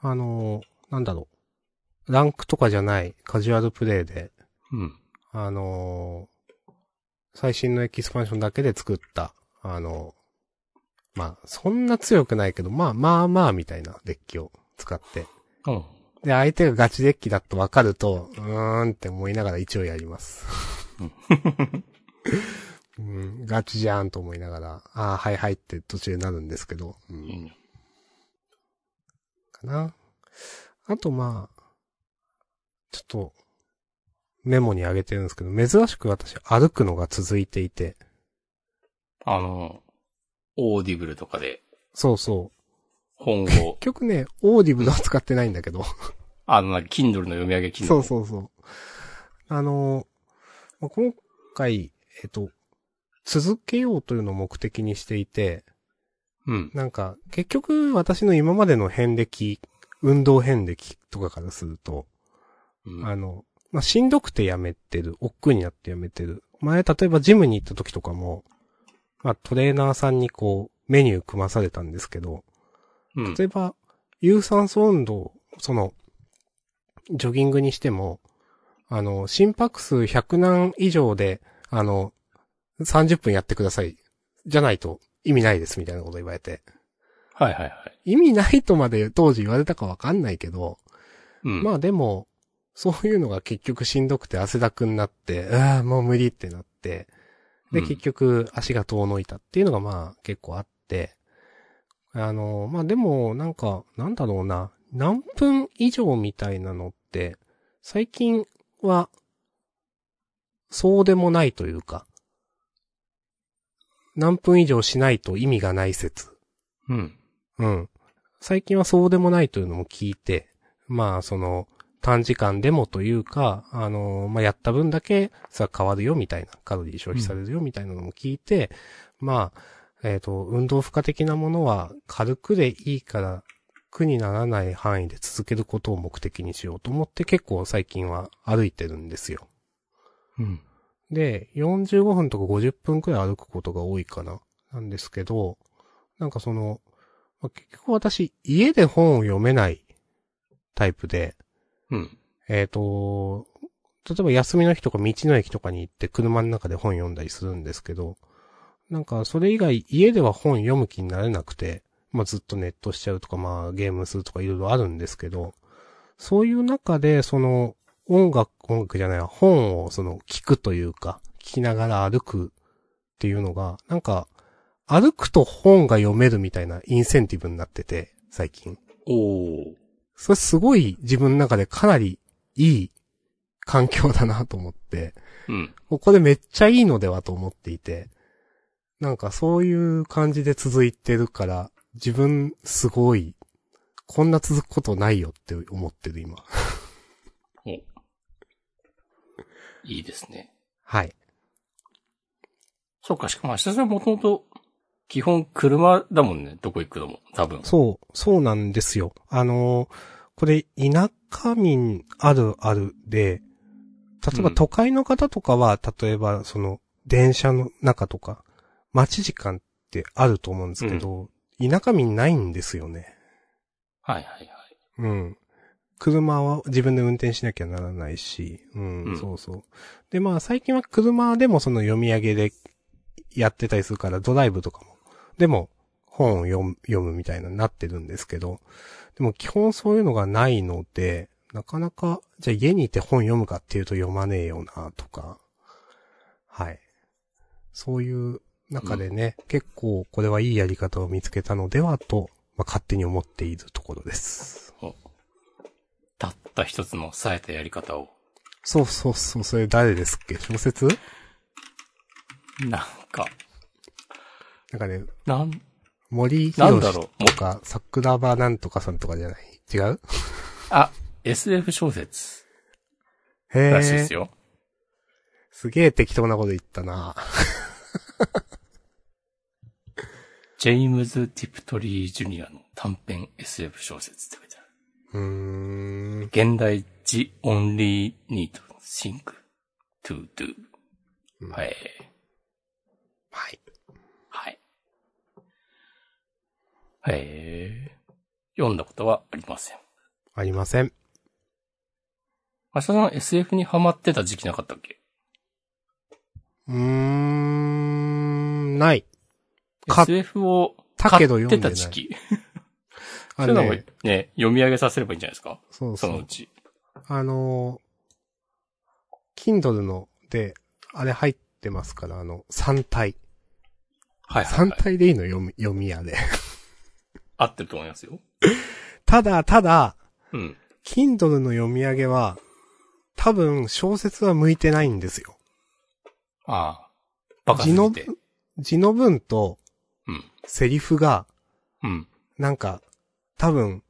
あのーなんだろう。ランクとかじゃないカジュアルプレイで、
うん。
あのー最新のエキスパンションだけで作った、あのーまあ、そんな強くないけど、まあまあまあみたいなデッキを使って。
うん。
で、相手がガチデッキだと分かると、うーんって思いながら一応やります。うん、ガチじゃんと思いながら、ああ、はいはいって途中になるんですけど、う、
うんん。
かな。あとまあ、ちょっと、メモにあげてるんですけど、珍しく私歩くのが続いていて、
あの、オーディブルとかで
そうそう。
本を
結、局ね、オーディブルは使ってないんだけど、
[laughs] あの、なんか Kindle の読み上げ Kindle。
そうそうそう。あの、まあ今回、えっと、続けようというのを目的にしていて、
うん。
なんか、結局私の今までの遍歴、運動遍歴とかからすると、
うん。
あの、まあ、しんどくてやめてる、億劫になってやめてる。前、例えばジムに行った時とかも、まあ、トレーナーさんにこう、メニュー組まされたんですけど、
うん
例えば、有酸素運動、その、ジョギングにしても、あの、心拍数100何以上で、あの、30分やってください。じゃないと意味ないです、みたいなこと言われて。
はいはいはい。
意味ないとまで当時言われたかわかんないけど、
うん。
まあでも、そういうのが結局しんどくて汗だくになって、ああ、もう無理ってなって、で、
うん
結局足が遠のいたっていうのがまあ結構あって、あの、まあでもなんか、なんだろうな、何分以上みたいなのって、最近は、そうでもないというか、何分以上しないと意味がない説。
うん。
うん。最近はそうでもないというのも聞いて、まあ、その、短時間でもというか、あの、まあ、やった分だけさ、変わるよみたいな、カロリー消費されるよみたいなのも聞いて、まあ、えっ、と、運動負荷的なものは軽くでいいから、苦にならない範囲で続けることを目的にしようと思って結構最近は歩いてるんですよ。
うん。
で、45分とか50分くらい歩くことが多いかな。なんですけど、なんかその、まあ結局私、家で本を読めないタイプで、
うん。
えっ、と、例えば休みの日とか道の駅とかに行って車の中で本読んだりするんですけど、なんかそれ以外家では本読む気になれなくて、まあずっとネットしちゃうとかまあゲームするとかいろいろあるんですけど、そういう中でその音楽、音楽じゃないわ、本をその聞くというか、聞きながら歩くっていうのが、なんか歩くと本が読めるみたいなインセンティブになってて、最近。
おー。
それすごい自分の中でかなりいい環境だなと思って、
うん。
ここでめっちゃいいのではと思っていて、なんかそういう感じで続いてるから、自分すごい、こんな続くことないよって思ってる今。
お。いいですね。
はい。
そうか、しかも明日さんもともと、基本車だもんね、どこ行くのも、多分。
そう、そうなんですよ。あのーこれ田舎民あるあるで、例えば
うん
都会の方とかは、例えばその電車の中とか、待ち時間ってあると思うんですけど、田舎民ないんですよね。
はいはいはい。
うん。車は自分で運転しなきゃならないし、うん、
うん
そうそう。で、まあ最近は車でもその読み上げでやってたりするから、ドライブとかも。でも、本を読む読むみたいなのになってるんですけど、でも基本そういうのがないので、なかなか、じゃあ家にいて本読むかっていうと読まねえよな、とか。はい。そういう中でね、結構これはいいやり方を見つけたのではと、まあ勝手に思っているところです。
たった一つの冴えたやり方を。
そうそうそう、それ誰ですっけ小説
なんか、
なんかね、
なん、
森
なん
博
だ
士
ろう。
とか、桜庭なんとかさんとかじゃない違う
あ、SF 小説
へ
らしいで
え
す。よ。
すげえ適当なこと言ったな。
ジェームズ・ティプトリー・ジュニアの短編 SF 小説って書いてある。
うーん。
現代 The Only Need Think to Do.
うん
はい。
はい。
はい。えー、読んだことはありません。
ありません。
明日さん SF にハマってた時期なかったっけ
うーん、ない。か
?SF を
だ
買
けど読
って
んで
た
ない
時期。
あ
そういうのも
ね、
ね、読み上げさせればいいんじゃないですか
そう
そ
そ
のう
う。
ち。
あのー、Kindle ので、あれ入ってますから、あの、3体。
はいはい、
3
はい。
体でいいの読み、読み屋で。
合ってると思いますよ。
ただ、ただ、
うん。
Kindle の読み上げは、多分小説は向いてないんですよ。
ああ。バカすぎて
字。字の文と
うん。
セリフが、
うん。
なんか、多分、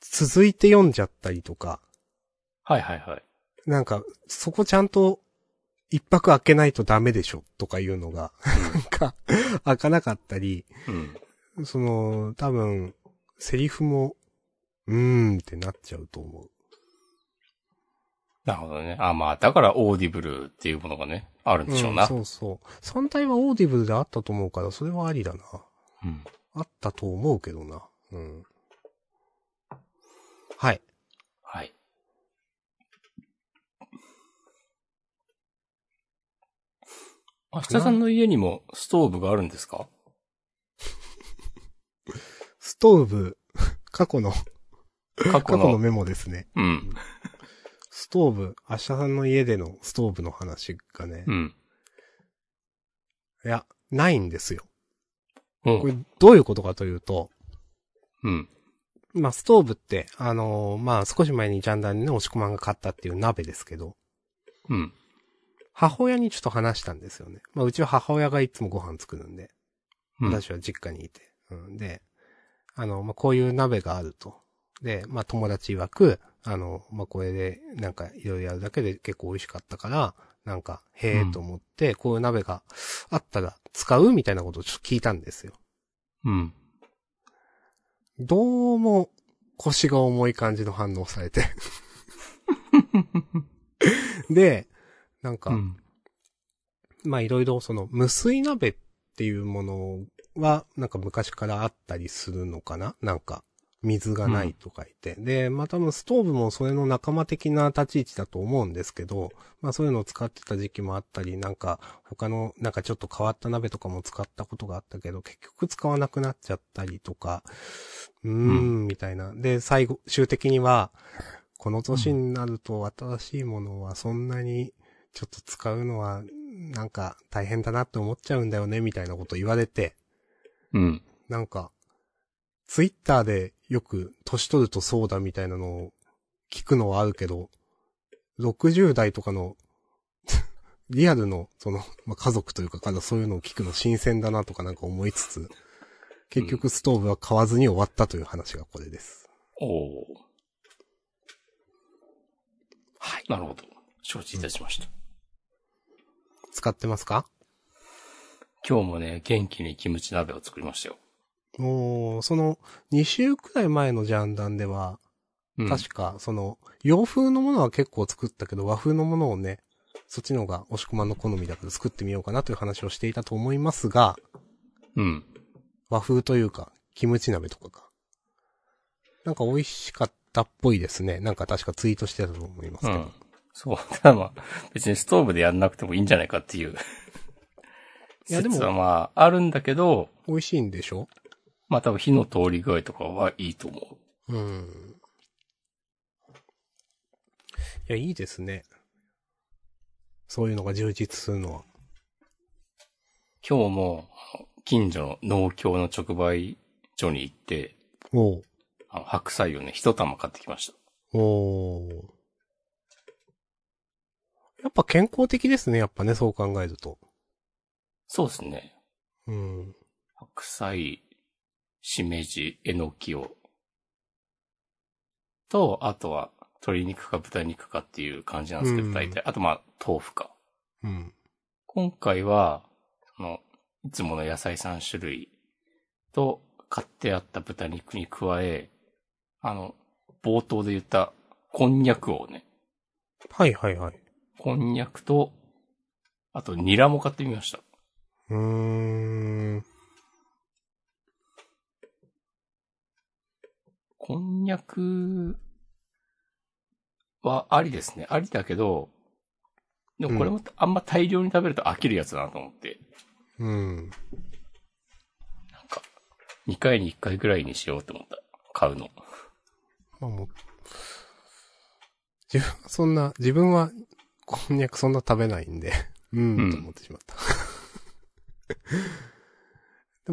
続いて読んじゃったりとか、
はいはいはい。
なんか、そこちゃんと、一泊開けないとダメでしょ、とかいうのが、なんか、開かなかったり、
うん。
その、多分、セリフも、うーんってなっちゃうと思う。
なるほどね。あまあ、だからオーディブルっていうものがね、あるんでしょう
うん
な。
そうそう。三体はオーディブルであったと思うから、それはありだな。
うん。
あったと思うけどな。うん。はい。
はい。明日さんの家にもストーブがあるんですか
ストーブ、 [laughs] 過去の、
過
過
去
去の
の。
メモですね。
うん。
ストーブ、明日さんの家でのストーブの話がね、
うん。
いや、ないんですよ。
うん
これ、どういうことかというと、
うん。
まあ、ストーブって、あのーまあ、少し前にジャンダンにね、押し込まんが買ったっていう鍋ですけど、
うん。
母親にちょっと話したんですよね。まあ、うちは母親がいつもご飯作るんで、
うん。
私は実家にいて。うん、で、あの、まあ、こういう鍋があると。で、まあ、友達曰く、あの、まあ、これで、なんか、いろいろやるだけで結構美味しかったから、なんか、へえと思って、こういう鍋があったら使うみたいなことをちょっと聞いたんですよ。
うん。
どうも、腰が重い感じの反応さ
[laughs]
れて。で、なんか、
うん。
まあいろいろその無水鍋っていうものは、なんか昔からあったりするのかななんか、水がないとか言って。で、まあ多分ストーブもそれの仲間的な立ち位置だと思うんですけど、まあそういうのを使ってた時期もあったり、なんか他のなんかちょっと変わった鍋とかも使ったことがあったけど、結局使わなくなっちゃったりとか、うーん、みたいな。で、最後、終的には、この年になると新しいものはそんなにちょっと使うのは、なんか大変だなって思っちゃうんだよね、みたいなこと言われて、
うん。
なんか、ツイッターでよく年取るとそうだみたいなのを聞くのはあるけど、60代とかの、 [laughs] リアルの、その、まあ、家族というかからそういうのを聞くの新鮮だなとかなんか思いつつ、結局ストーブは買わずに終わったという話がこれです。
おお。
はい。
なるほど。承知いたしました。
使ってますか
今日もね、元気にキムチ鍋を作りましたよ。
もう、その、2週くらい前のジャンダンでは、
うん、
確か、その、洋風のものは結構作ったけど、和風のものをね、そっちの方が、押し込まんの好みだから作ってみようかなという話をしていたと思いますが、
うん。
和風というか、キムチ鍋とかか。なんか美味しかったっぽいですね。なんか確かツイートしてたと思います
う
けど。
ん。そう。 [laughs] ただまあ、別にストーブでやんなくてもいいんじゃないかっていう。
いやでも
説はまあ、あるんだけど、
美味しいんでしょ
まあ多分火の通り具合とかはいいと思
うん。いや、いいですね。そういうのが充実するのは。
う。今日も、あの近所の農協の直売所に行って、
おう
あの白菜をね、一玉買ってきました。
おーやっぱ健康的ですね、やっぱね、そう考えると。
そうですね。
うん。
白菜、しめじ、えのきを。と、あとは、鶏肉か豚肉かっていう感じなんですけど、
うん
大体。あと、まあ、豆腐か。
うん。
今回は、その、いつもの野菜3種類と、買ってあった豚肉に加え、あの、冒頭で言った、こんにゃくをね、
はいはいはい。
こんにゃくと、あと、ニラも買ってみました。
うーん。
こんにゃくはありですね。ありだけど、でもこれもあんま大量に食べると飽きるやつだなと思って、
うん。
なんか、2回に1回ぐらいにしようと思った。買うの。
まあもう、自分、そんな、自分は、こんにゃくそんな食べないんで、 [laughs] うん、
うん
と思ってしま
[laughs]
った。
い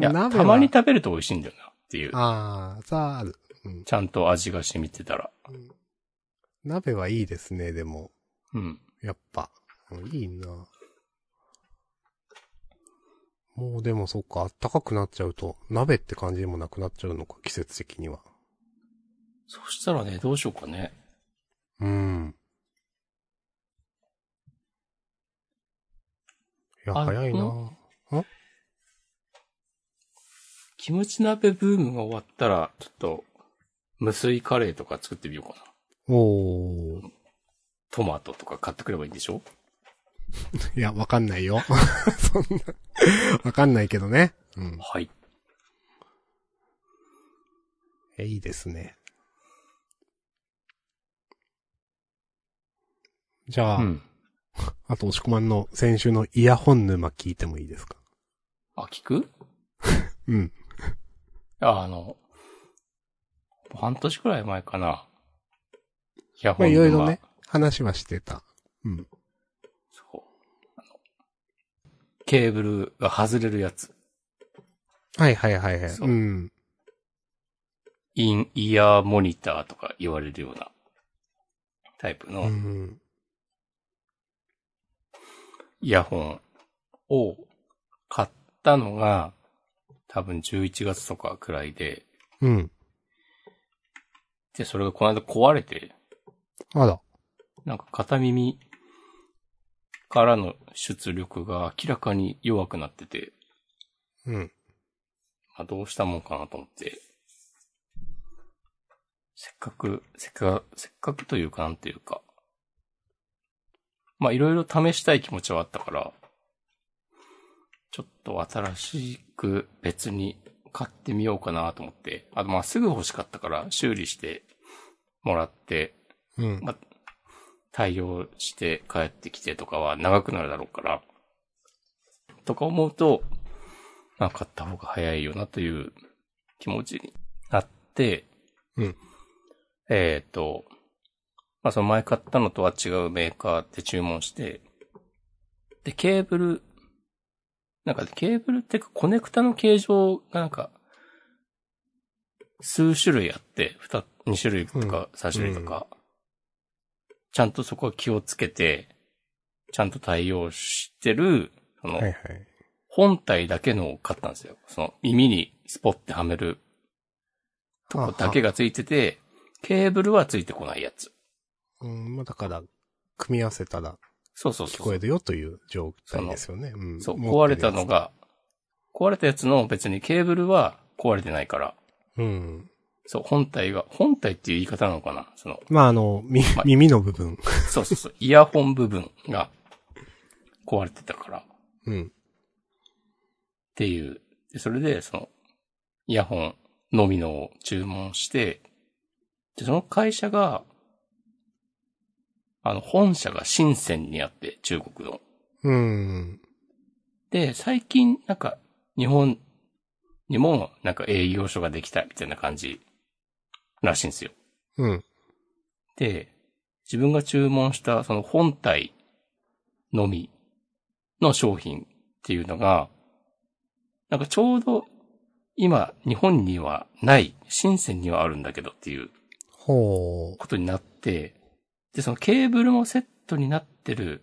で
や、
も鍋は
たまに食べると美味しいんだよなっていう。
ああ、さあある。
ちゃんと味が染みてたら。
鍋はいいですね、でも。
うん。
やっぱ。うんいいな。もうでもそっか、暖かくなっちゃうと、鍋って感じでもなくなっちゃうのか、季節的には。
そしたらね、どうしようかね。
うん。いや、
あ
早い
うん
な。
キムチ鍋ブームが終わったら、ちょっと、無水カレーとか作ってみようかな。
おー。
トマトとか買ってくればいいんでしょ
いや、わかんないよ。 [laughs] そんな、わかんないけどね。うん。
はい。
え、いいですね。じゃあ、
うん。
あと、押し込まんの先週のイヤホン沼聞いてもいいですか
あ、聞く
うん。
ああの、半年くらい前かな。イヤホ
まあ、
ン
い
沼
ろいろね、話はしてた。うん。
そうあのケーブルが外れるやつ。
はいはいはいはい。
そう
うん。
インイヤーモニターとか言われるようなタイプ
う
の
ん。
イヤホンを買ったのが多分11月とかくらいで、
うん。
で、それがこの間壊れて、
あら。
なんか片耳からの出力が明らかに弱くなってて、
うん。
まあ、どうしたもんかなと思って。せっかく、せっかく、せっかくというかなんていうか。まあ、いろいろ試したい気持ちはあったから、ちょっと新しく別に買ってみようかなと思って。あと、まあ、すぐ欲しかったから修理してもらって、
うん。
まあ、対応して帰ってきてとかは長くなるだろうから、とか思うと、まあ、買った方が早いよなという気持ちになって、
うん
えっ、と、まあ、その前買ったのとは違うメーカーで注文して、で、ケーブル、なんかケーブルっていうかコネクタの形状がなんか、数種類あって、二、二種類とか三種類とか、ちゃんとそこは気をつけて、ちゃんと対応してる、その、
はいはい。
本体だけのを買ったんですよ。その耳にスポってはめる
と
とこだけがついてて、ケーブルはついてこないやつ。
うん、まあ、だから、組み合わせたら
そうそう
聞
そう。
こえるよという状態ですよね。うん。
そう、
持
壊
って
れ
るや
た
つ
の。が、壊れたやつの別にケーブルは壊れてないから、
うん。
そう、本体が、本体っていう言い方なのかなその、
まあ、あの、み
まあ
耳の部分。
そうそうそう、イヤホン部分が壊れてたから、っ
うん。
ていう。でそれで、その、イヤホンのみのを注文して、で、その会社が、あの、本社が深センにあって、中国の。
うん。
で、最近、なんか、日本にも、なんか営業所ができたみたいな感じらしいんですよ。
うん。
で、自分が注文したその本体のみの商品っていうのが、なんかちょうど今日本にはない、深センにはあるんだけどっていう
ほ
ことになって、で、そのケーブルもセットになってる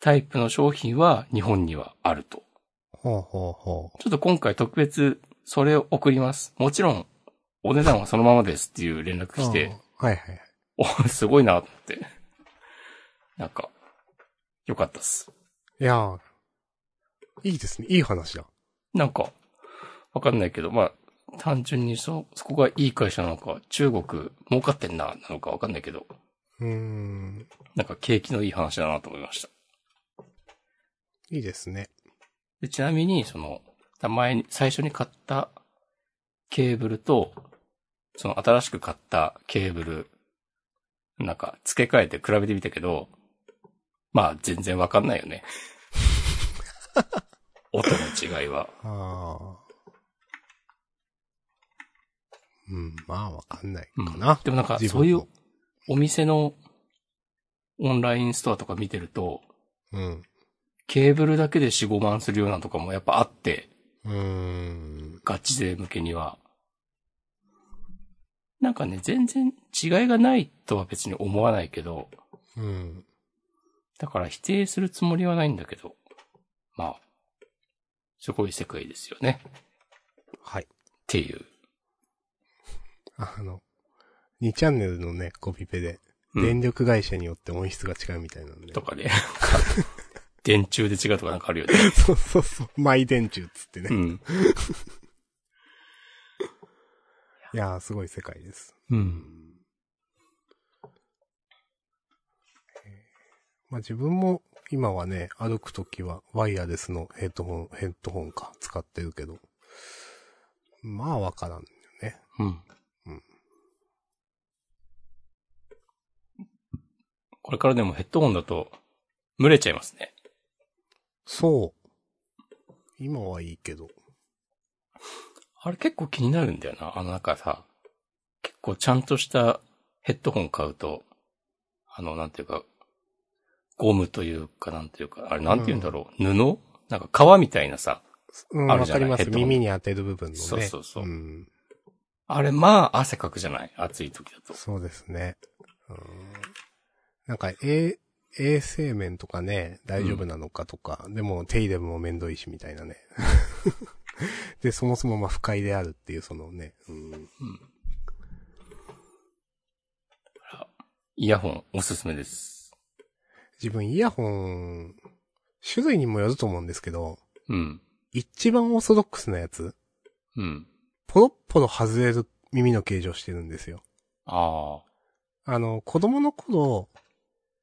タイプの商品は日本にはあると。
ほうほうほ
ちょっと今回特別それを送ります。もちろん、お値段はそのままですっていう連絡
う。
来て、
うん。はいはい。
お、 [laughs] すごいなと思って。なんか、よかったっす。
いやーいいですね。いい話だ。
なんか、わかんないけど、まあ、単純にそ、そこがいい会社なのか、中国儲かってんな、なのかわかんないけど、
うーん。
なんか景気のいい話だなと思いました。
いいですね。
でちなみに、その、前に、最初に買ったケーブルと、その新しく買ったケーブル、なんか付け替えて比べてみたけど、まあ全然わかんない
[laughs]
よね。音の違いは。
ああ。うん、まあわかんない
うん
かな。
でもなんか
自
そう
分
い
の
うお店のオンラインストアとか見てると、
うん。
ケーブルだけで4、5万するようなとかもやっぱあって、
うーん。
ガチ勢向けには。なんかね、全然違いがないとは別に思わないけど、
うん。
だから否定するつもりはないんだけど、まあ、すごい世界ですよね。っ
はい。
ていう。
あの、2チャンネルのね、コピペで、
うん
電力会社によって音質が違うみたいなんで
と。かね。 [laughs] なんか電柱で違うとかなんかあるよ
[laughs]
ね。
[laughs] そうそうそう。マイ電柱っつってね。
うん。
いやー、すごい世界です。
うん。
まあ自分も今はね、歩くときはワイヤレスのヘッドホン、ヘッドホンか使ってるけど、まあわからん。
うん
うん。
これからでもヘッドホンだと、蒸れちゃいますね。
そう。今はいいけど。
あれ結構気になるんだよな。あのなんかさ、結構ちゃんとしたヘッドホン買うと、あの、なんていうか、ゴムというか、なんていうか、あれなんて言うんだろう、布なんか革みたいなさ、
うん、
あ
わ
るじ
か
ゃな
り
い
ま
ヘ
す。
ッドホン
耳に当てる部分のね。
そうそうそう
うん。
あれまあ汗かくじゃない暑い時だと。
そうですね。うん、なんか、え、衛生面とかね、大丈夫なのかとか、でも手入れも面倒いしみたいなね。 [laughs] で、そもそもまあ不快であるっていうそのね、うん、
イヤホンおすすめです。
自分イヤホン、種類にもよると思うんですけど、
うん。
一番オーソドックスなやつ、
うん。
ポロッポロ外れる耳の形状してるんですよ。
ああ。
あの、子供の頃、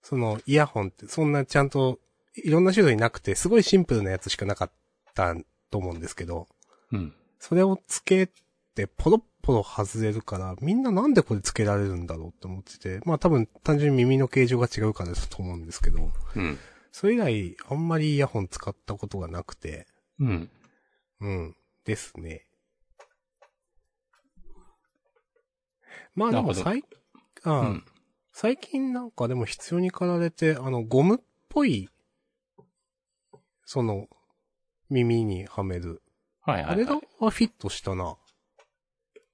その、イヤホンってそんなちゃんと、いろんな種類なくて、すごいシンプルなやつしかなかったと思うんですけど、
うん。
それをつけて、ポロッポロ外れるから、みんななんでこれつけられるんだろうって思ってて、まあ多分単純に耳の形状が違うからだと思うんですけど、
うん。
それ以来、あんまりイヤホン使ったことがなくて、
うん。
うん、ですね。まあ
な
で
るほ
も
ど
最、ああ、
うん。
最近なんかでも必要に駆られて、あの、ゴムっぽい、その、耳にはめる。
はい
あ
は
れ
い、
だ
はい。
はフィットしたな。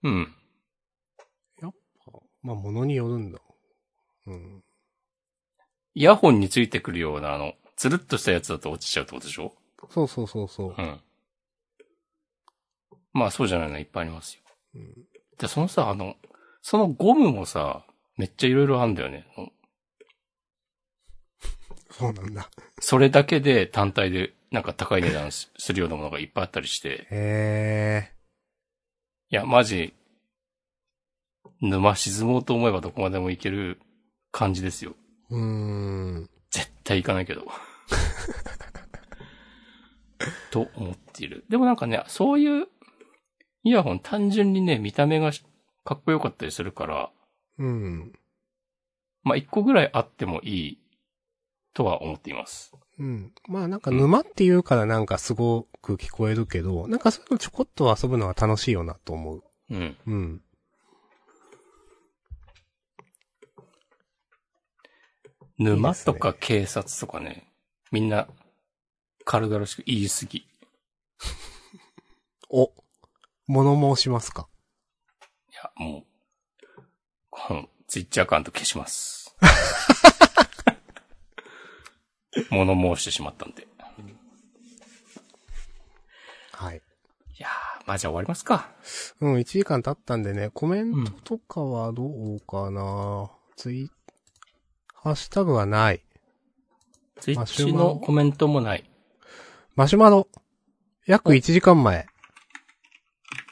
うん。
まあ、ものによるんだ。うん。
イヤホンについてくるような、あの、つるっとしたやつだと落ちちゃうってことでしょ
そうそうそうそう
う。ん。まあそうじゃないのいっぱいありますよ。
うん
で、そのさ、あの、そのゴムもさ、めっちゃいろいろあるんだよね。
そうなんだ。
それだけで単体でなんか高い値段すするようなものがいっぱいあったりして、
へ
いや、マジ、沼沈もうと思えばどこまでもいける感じですよ。
え。うーん。
絶対行かないけど。 [laughs] と思っている。でもなんかね、そういうイヤホン単純にね、見た目がしかっこよかったりするから、
うん。
まあ、一個ぐらいあってもいいとは思っています。
うん。まあなんか沼っていうからなんかすごく聞こえるけど、なんかそういうのちょこっと遊ぶのは楽しいよなと思う。
うん。
うん。
沼とか警察とかね、みんな軽々しく言い過ぎ。
お、物申しますか
いや、もう、 [laughs] このツイッチアカウント消します。物申してしまったんで。い
はい。
やー、まあじゃあ終わりますか。
うん、1時間経ったんでね、コメントとかはどうかな、ツイ、ハッシュタグはない。
ツイッ
マシュ
チ
マロ
のコメントもない。
マシュマロ。約1時間前。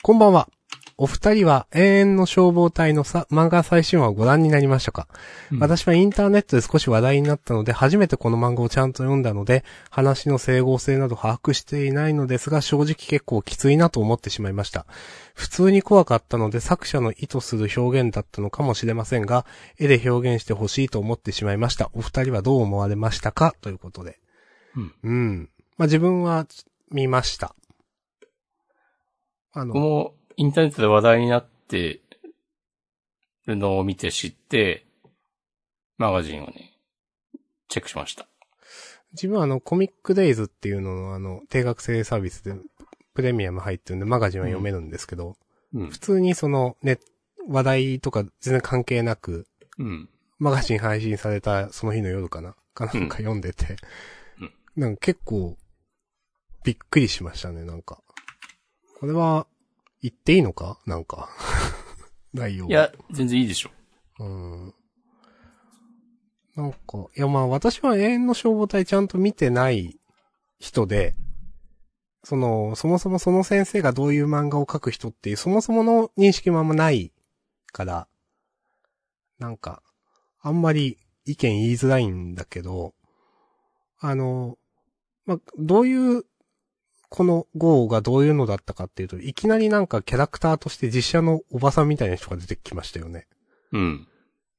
こんばんは。お二人は永遠の消防隊のさ漫画最新話をご覧になりましたか、
うん
私はインターネットで少し話題になったので、初めてこの漫画をちゃんと読んだので、話の整合性など把握していないのですが、正直結構きついなと思ってしまいました。普通に怖かったので、作者の意図する表現だったのかもしれませんが、絵で表現してほしいと思ってしまいました。お二人はどう思われましたかということで。
うん。
うん。まあ、自分は見ました。あの、
僕もインターネットで話題になってるのを見て知って、マガジンをね、チェックしました。
自分はあの、コミックデイズっていうののあの、定額制サービスで、プレミアム入ってるんで、マガジンは読めるんですけど、
うん
普。通にその、ね、話題とか全然関係なく、
うん。
マガジン配信されたその日の夜かなかなんか読んでて、
うん
なんか結構、びっくりしましたね、なんか。これは、言っていいのかなんか。 [laughs] 内容。
いや、全然いいでしょ。
うん。なんか、いやまあ私は永遠の消防隊ちゃんと見てない人で、その、そもそもその先生がどういう漫画を描く人っていう、そもそもの認識もあんまないから、なんか、あんまり意見言いづらいんだけど、あの、まあ、どういう、この号がどういうのだったかっていうと、いきなりなんかキャラクターとして実写のおばさんみたいな人が出てきましたよね。
うん。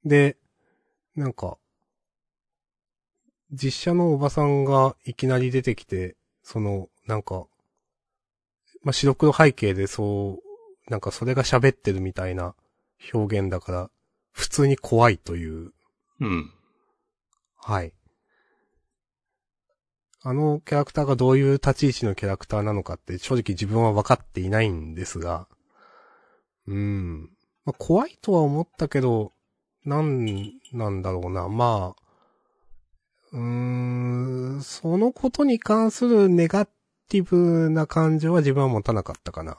で、なんか、実写のおばさんがいきなり出てきて、その、なんか、まあ、白黒背景でそう、なんかそれが喋ってるみたいな表現だから、普通に怖いという、
うん。
はい。あのキャラクターがどういう立ち位置のキャラクターなのかって正直自分は分かっていないんですが、うん。まあ、怖いとは思ったけど、なんなんだろうな。まあ、うーん、そのことに関するネガティブな感情は自分は持たなかったかな。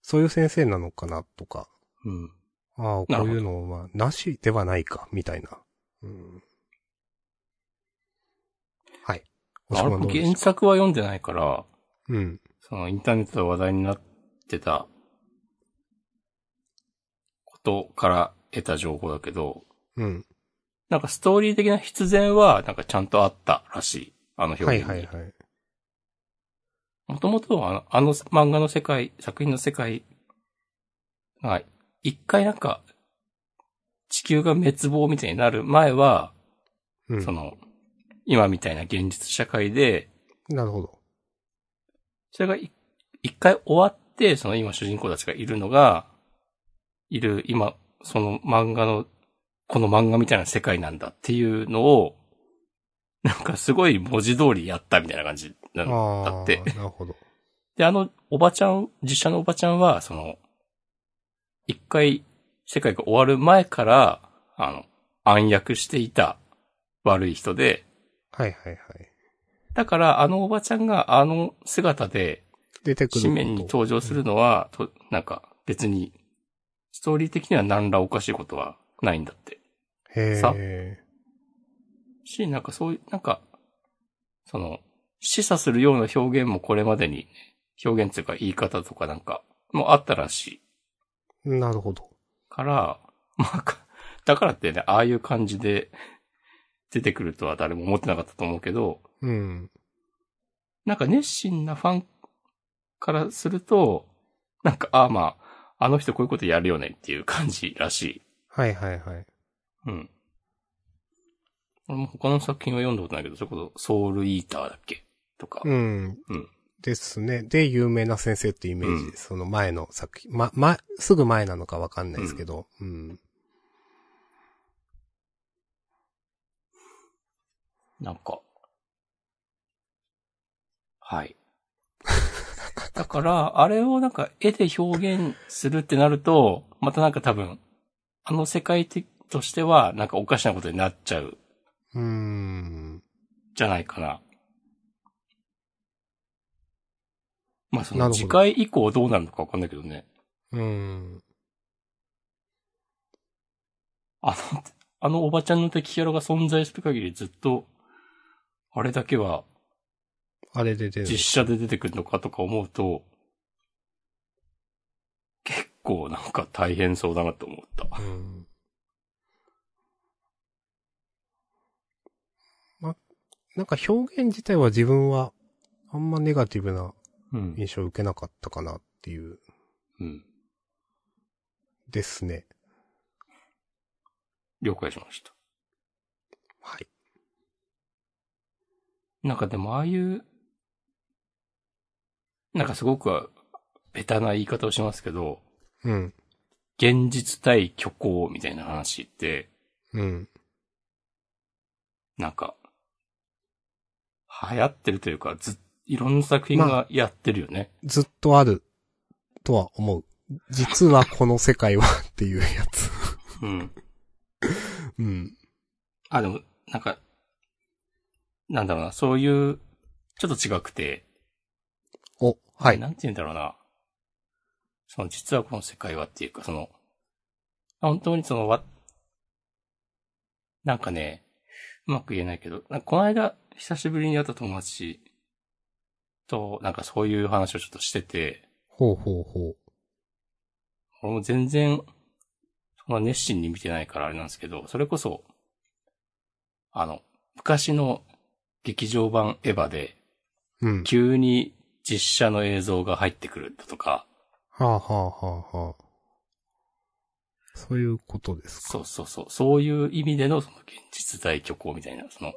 そういう先生なのかなとか、
うん。
ああ、こ
なるほど
ういうのはなしではないか、みたいな。うん。はい。おし
あ
く
れ、
まんどう
僕
で
原
した
作は読んでないから、
うん。
そのインターネットで話題になってたことから得た情報だけど、
うん。
なんかストーリー的な必然は、なんかちゃんとあったらしい。あの表
は
現
い
に。
はいはい。
もともとはあの、あの漫画の世界、作品の世界が、一回なんか、地球が滅亡みたいになる前は、
うん。
その、今みたいな現実社会で、
なるほど。
それがい一回終わって、その今主人公たちがいるのが、いる今、その漫画の、この漫画みたいな世界なんだっていうのを、なんかすごい文字通りやったみたいな感じなのだ
ああ
って。
ー、なるほど。
で、あの、おばちゃん、実写のおばちゃんは、その、一回、世界が終わる前から、あの、暗躍していた悪い人で、
はいはいはい。
だから、あのおばちゃんがあの姿で、
出てくること。
紙面に登場するのは、となんか、別に、ストーリー的には何らおかしいことはないんだって。さ
へえ。
し、なんかそういう、なんか、その、示唆するような表現もこれまでにね、表現というか言い方とかなんか、もあったらしい。
なるほど。
から、 [laughs] まあ、かだからってね、ああいう感じで出てくるとは誰も思ってなかったと思うけど、
うん。
なんか熱心なファンからすると、なんか、ああまあ、あの人こういうことやるよねっていう感じらしい。
はいはいはい。
うん。俺も他の作品は読んだことないけど、それこそソウルイーターだっけとか。
うん。
うん
ですね。で、有名な先生ってイメージです。その前の作品。ま、ま、すぐ前なのかわかんないですけど。うん。
なんか。
[laughs]
はい。だから、あれをなんか絵で表現するってなると、またなんか多分、あの世界的としては、なんかおかしなことになっちゃう
うーん。
じゃないかな。まあそ
な
の
るほど
次回以降どうなるのかわかんないけどね。
うん。
あの、あのおばちゃんの敵キャラが存在する限りずっと、あれだけは
あれで出る。
実写で出てくるのかとか思うと、結構なんか大変そうだなと思っ
う
た。
ん。ま、なんか表現自体は自分はあんまネガティブな
うん。
印象を受けなかったかなっていう、
うん。
ですね。
了解しました。
はい。
なんかでもああいう、なんかすごくベタな言い方をしますけど、
うん。
現実対虚構みたいな話って、
うん。
なんか、流行ってるというか、ずっ、いろんな作品
ま
がやってるよね。
ずっとあるとは思う。実はこの世界はっていうやつ。
うん。
うん。
あ、でも、なんか、なんだろうな、そういう、ちょっと違くて、
お、はい。
なんて言うんだろうな。その、実はこの世界はっていうか、その、本当にその、わ、なんかね、うまく言えないけど、なんかこの間、久しぶりに会った友達と、なんかそういう話をちょっとしてて、
ほうほうほう。
俺も全然、そんな熱心に見てないからあれなんですけど、それこそ、あの、昔の劇場版エヴァで、
うん。
急に実写の映像が入ってくるとか、
はあはあはあはあ。そういうことですか。
そうそうそう、そういう意味でのその現実大虚構みたいな、その、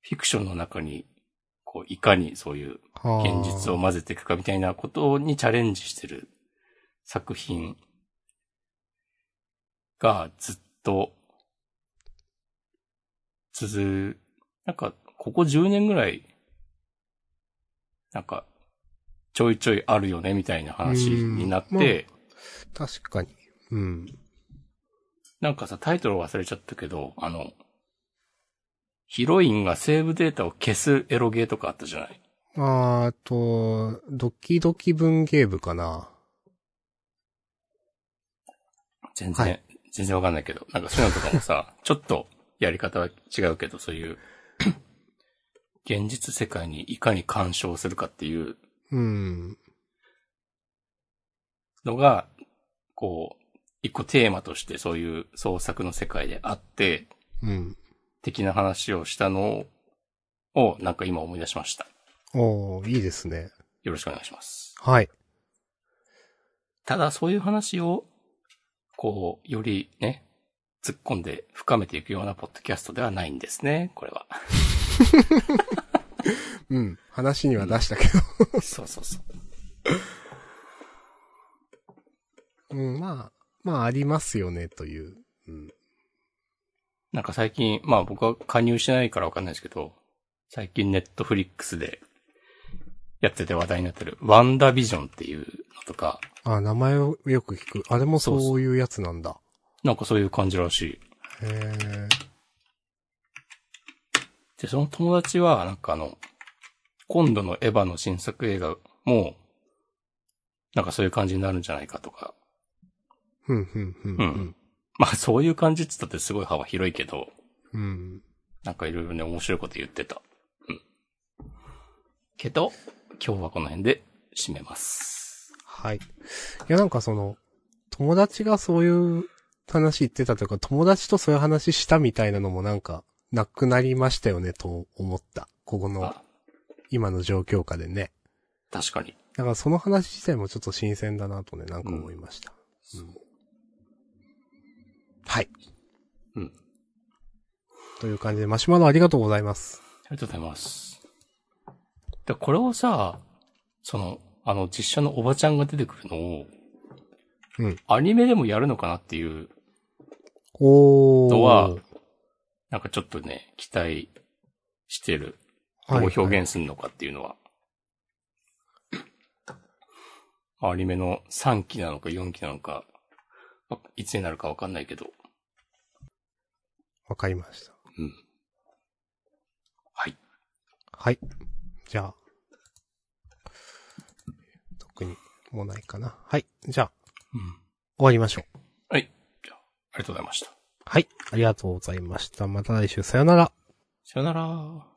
フィクションの中に、こう、いかにそういう
はあ
現実を。混ぜていくかみたいなことにチャレンジしてる作品がずっと続、なんか、ここ10年ぐらい、なんか、ちょいちょいあるよねみたいな話になっ
うんま
て、
確かに。うん。
なんかさ、タイトル忘れちゃったけど、あの、ヒロインがセーブデータを消すエロゲーとかあったじゃない
あーあと、ドキドキ文芸部かな。
全然、
は
全然わかんないけど、なんかそういうのとかもさ、ちょっとやり方は違うけど、そういう、現実世界にいかに干渉するかっていう
うん。
のが、こう、一個テーマとしてそういう創作の世界であって、
うん。
的な話をしたのを、なんか今思い出しました。
おー、いいですね。
よろしくお願いします。
はい。
ただそういう話を、こう、よりね、突っ込んで深めていくようなポッドキャストではないんですね、これは。
うん。話には出したけど。
そうそうそう。
うん、まあ、まあ、ありますよね、という。うん。
なんか最近、まあ僕は加入してないからわかんないですけど、最近ネットフリックスでやってて話題になってるワンダービジョンっていうのとか、
あ、名前をよく聞く。あれもそういうやつなんだ。
なんかそういう感じらしい。
へえ。
で、その友達は、なんかあの、今度のエヴァの新作映画も、なんかそういう感じになるんじゃないかとか、
ふんふんふんふん。
まあそういう感じって言ったってすごい幅広いけど、
うん。
なんかいろいろね、面白いこと言ってた。うん。けど、今日はこの辺で締めます。
はい。いや、なんかその、友達がそういう話言ってたというか、友達とそういう話したみたいなのもなんか、なくなりましたよね、と思った。ここの、
あ、
今の状況下でね。
確かに。
だからその話自体もちょっと新鮮だなとね、なんか思いました。うんはい。
うん。
という感じで、マシュマロありがとうございます。
ありがとうございます。で、これをさ、その、あの、実写のおばちゃんが出てくるのを、
うん
アニメでもやるのかなっていう
おー。
のは、なんかちょっとね、期待してる。どう
はい
表現するのかっていうのは。まあアニメの3期なのか4期なのか、まあいつになるかわかんないけど。
わかりました。はい。じゃあ。特にもうないかな。はい。じゃあ、
うん。
終わりましょう。
はい。じゃあ、ありがとうございました。
はい。ありがとうございました。また来週、さよなら。
さよなら。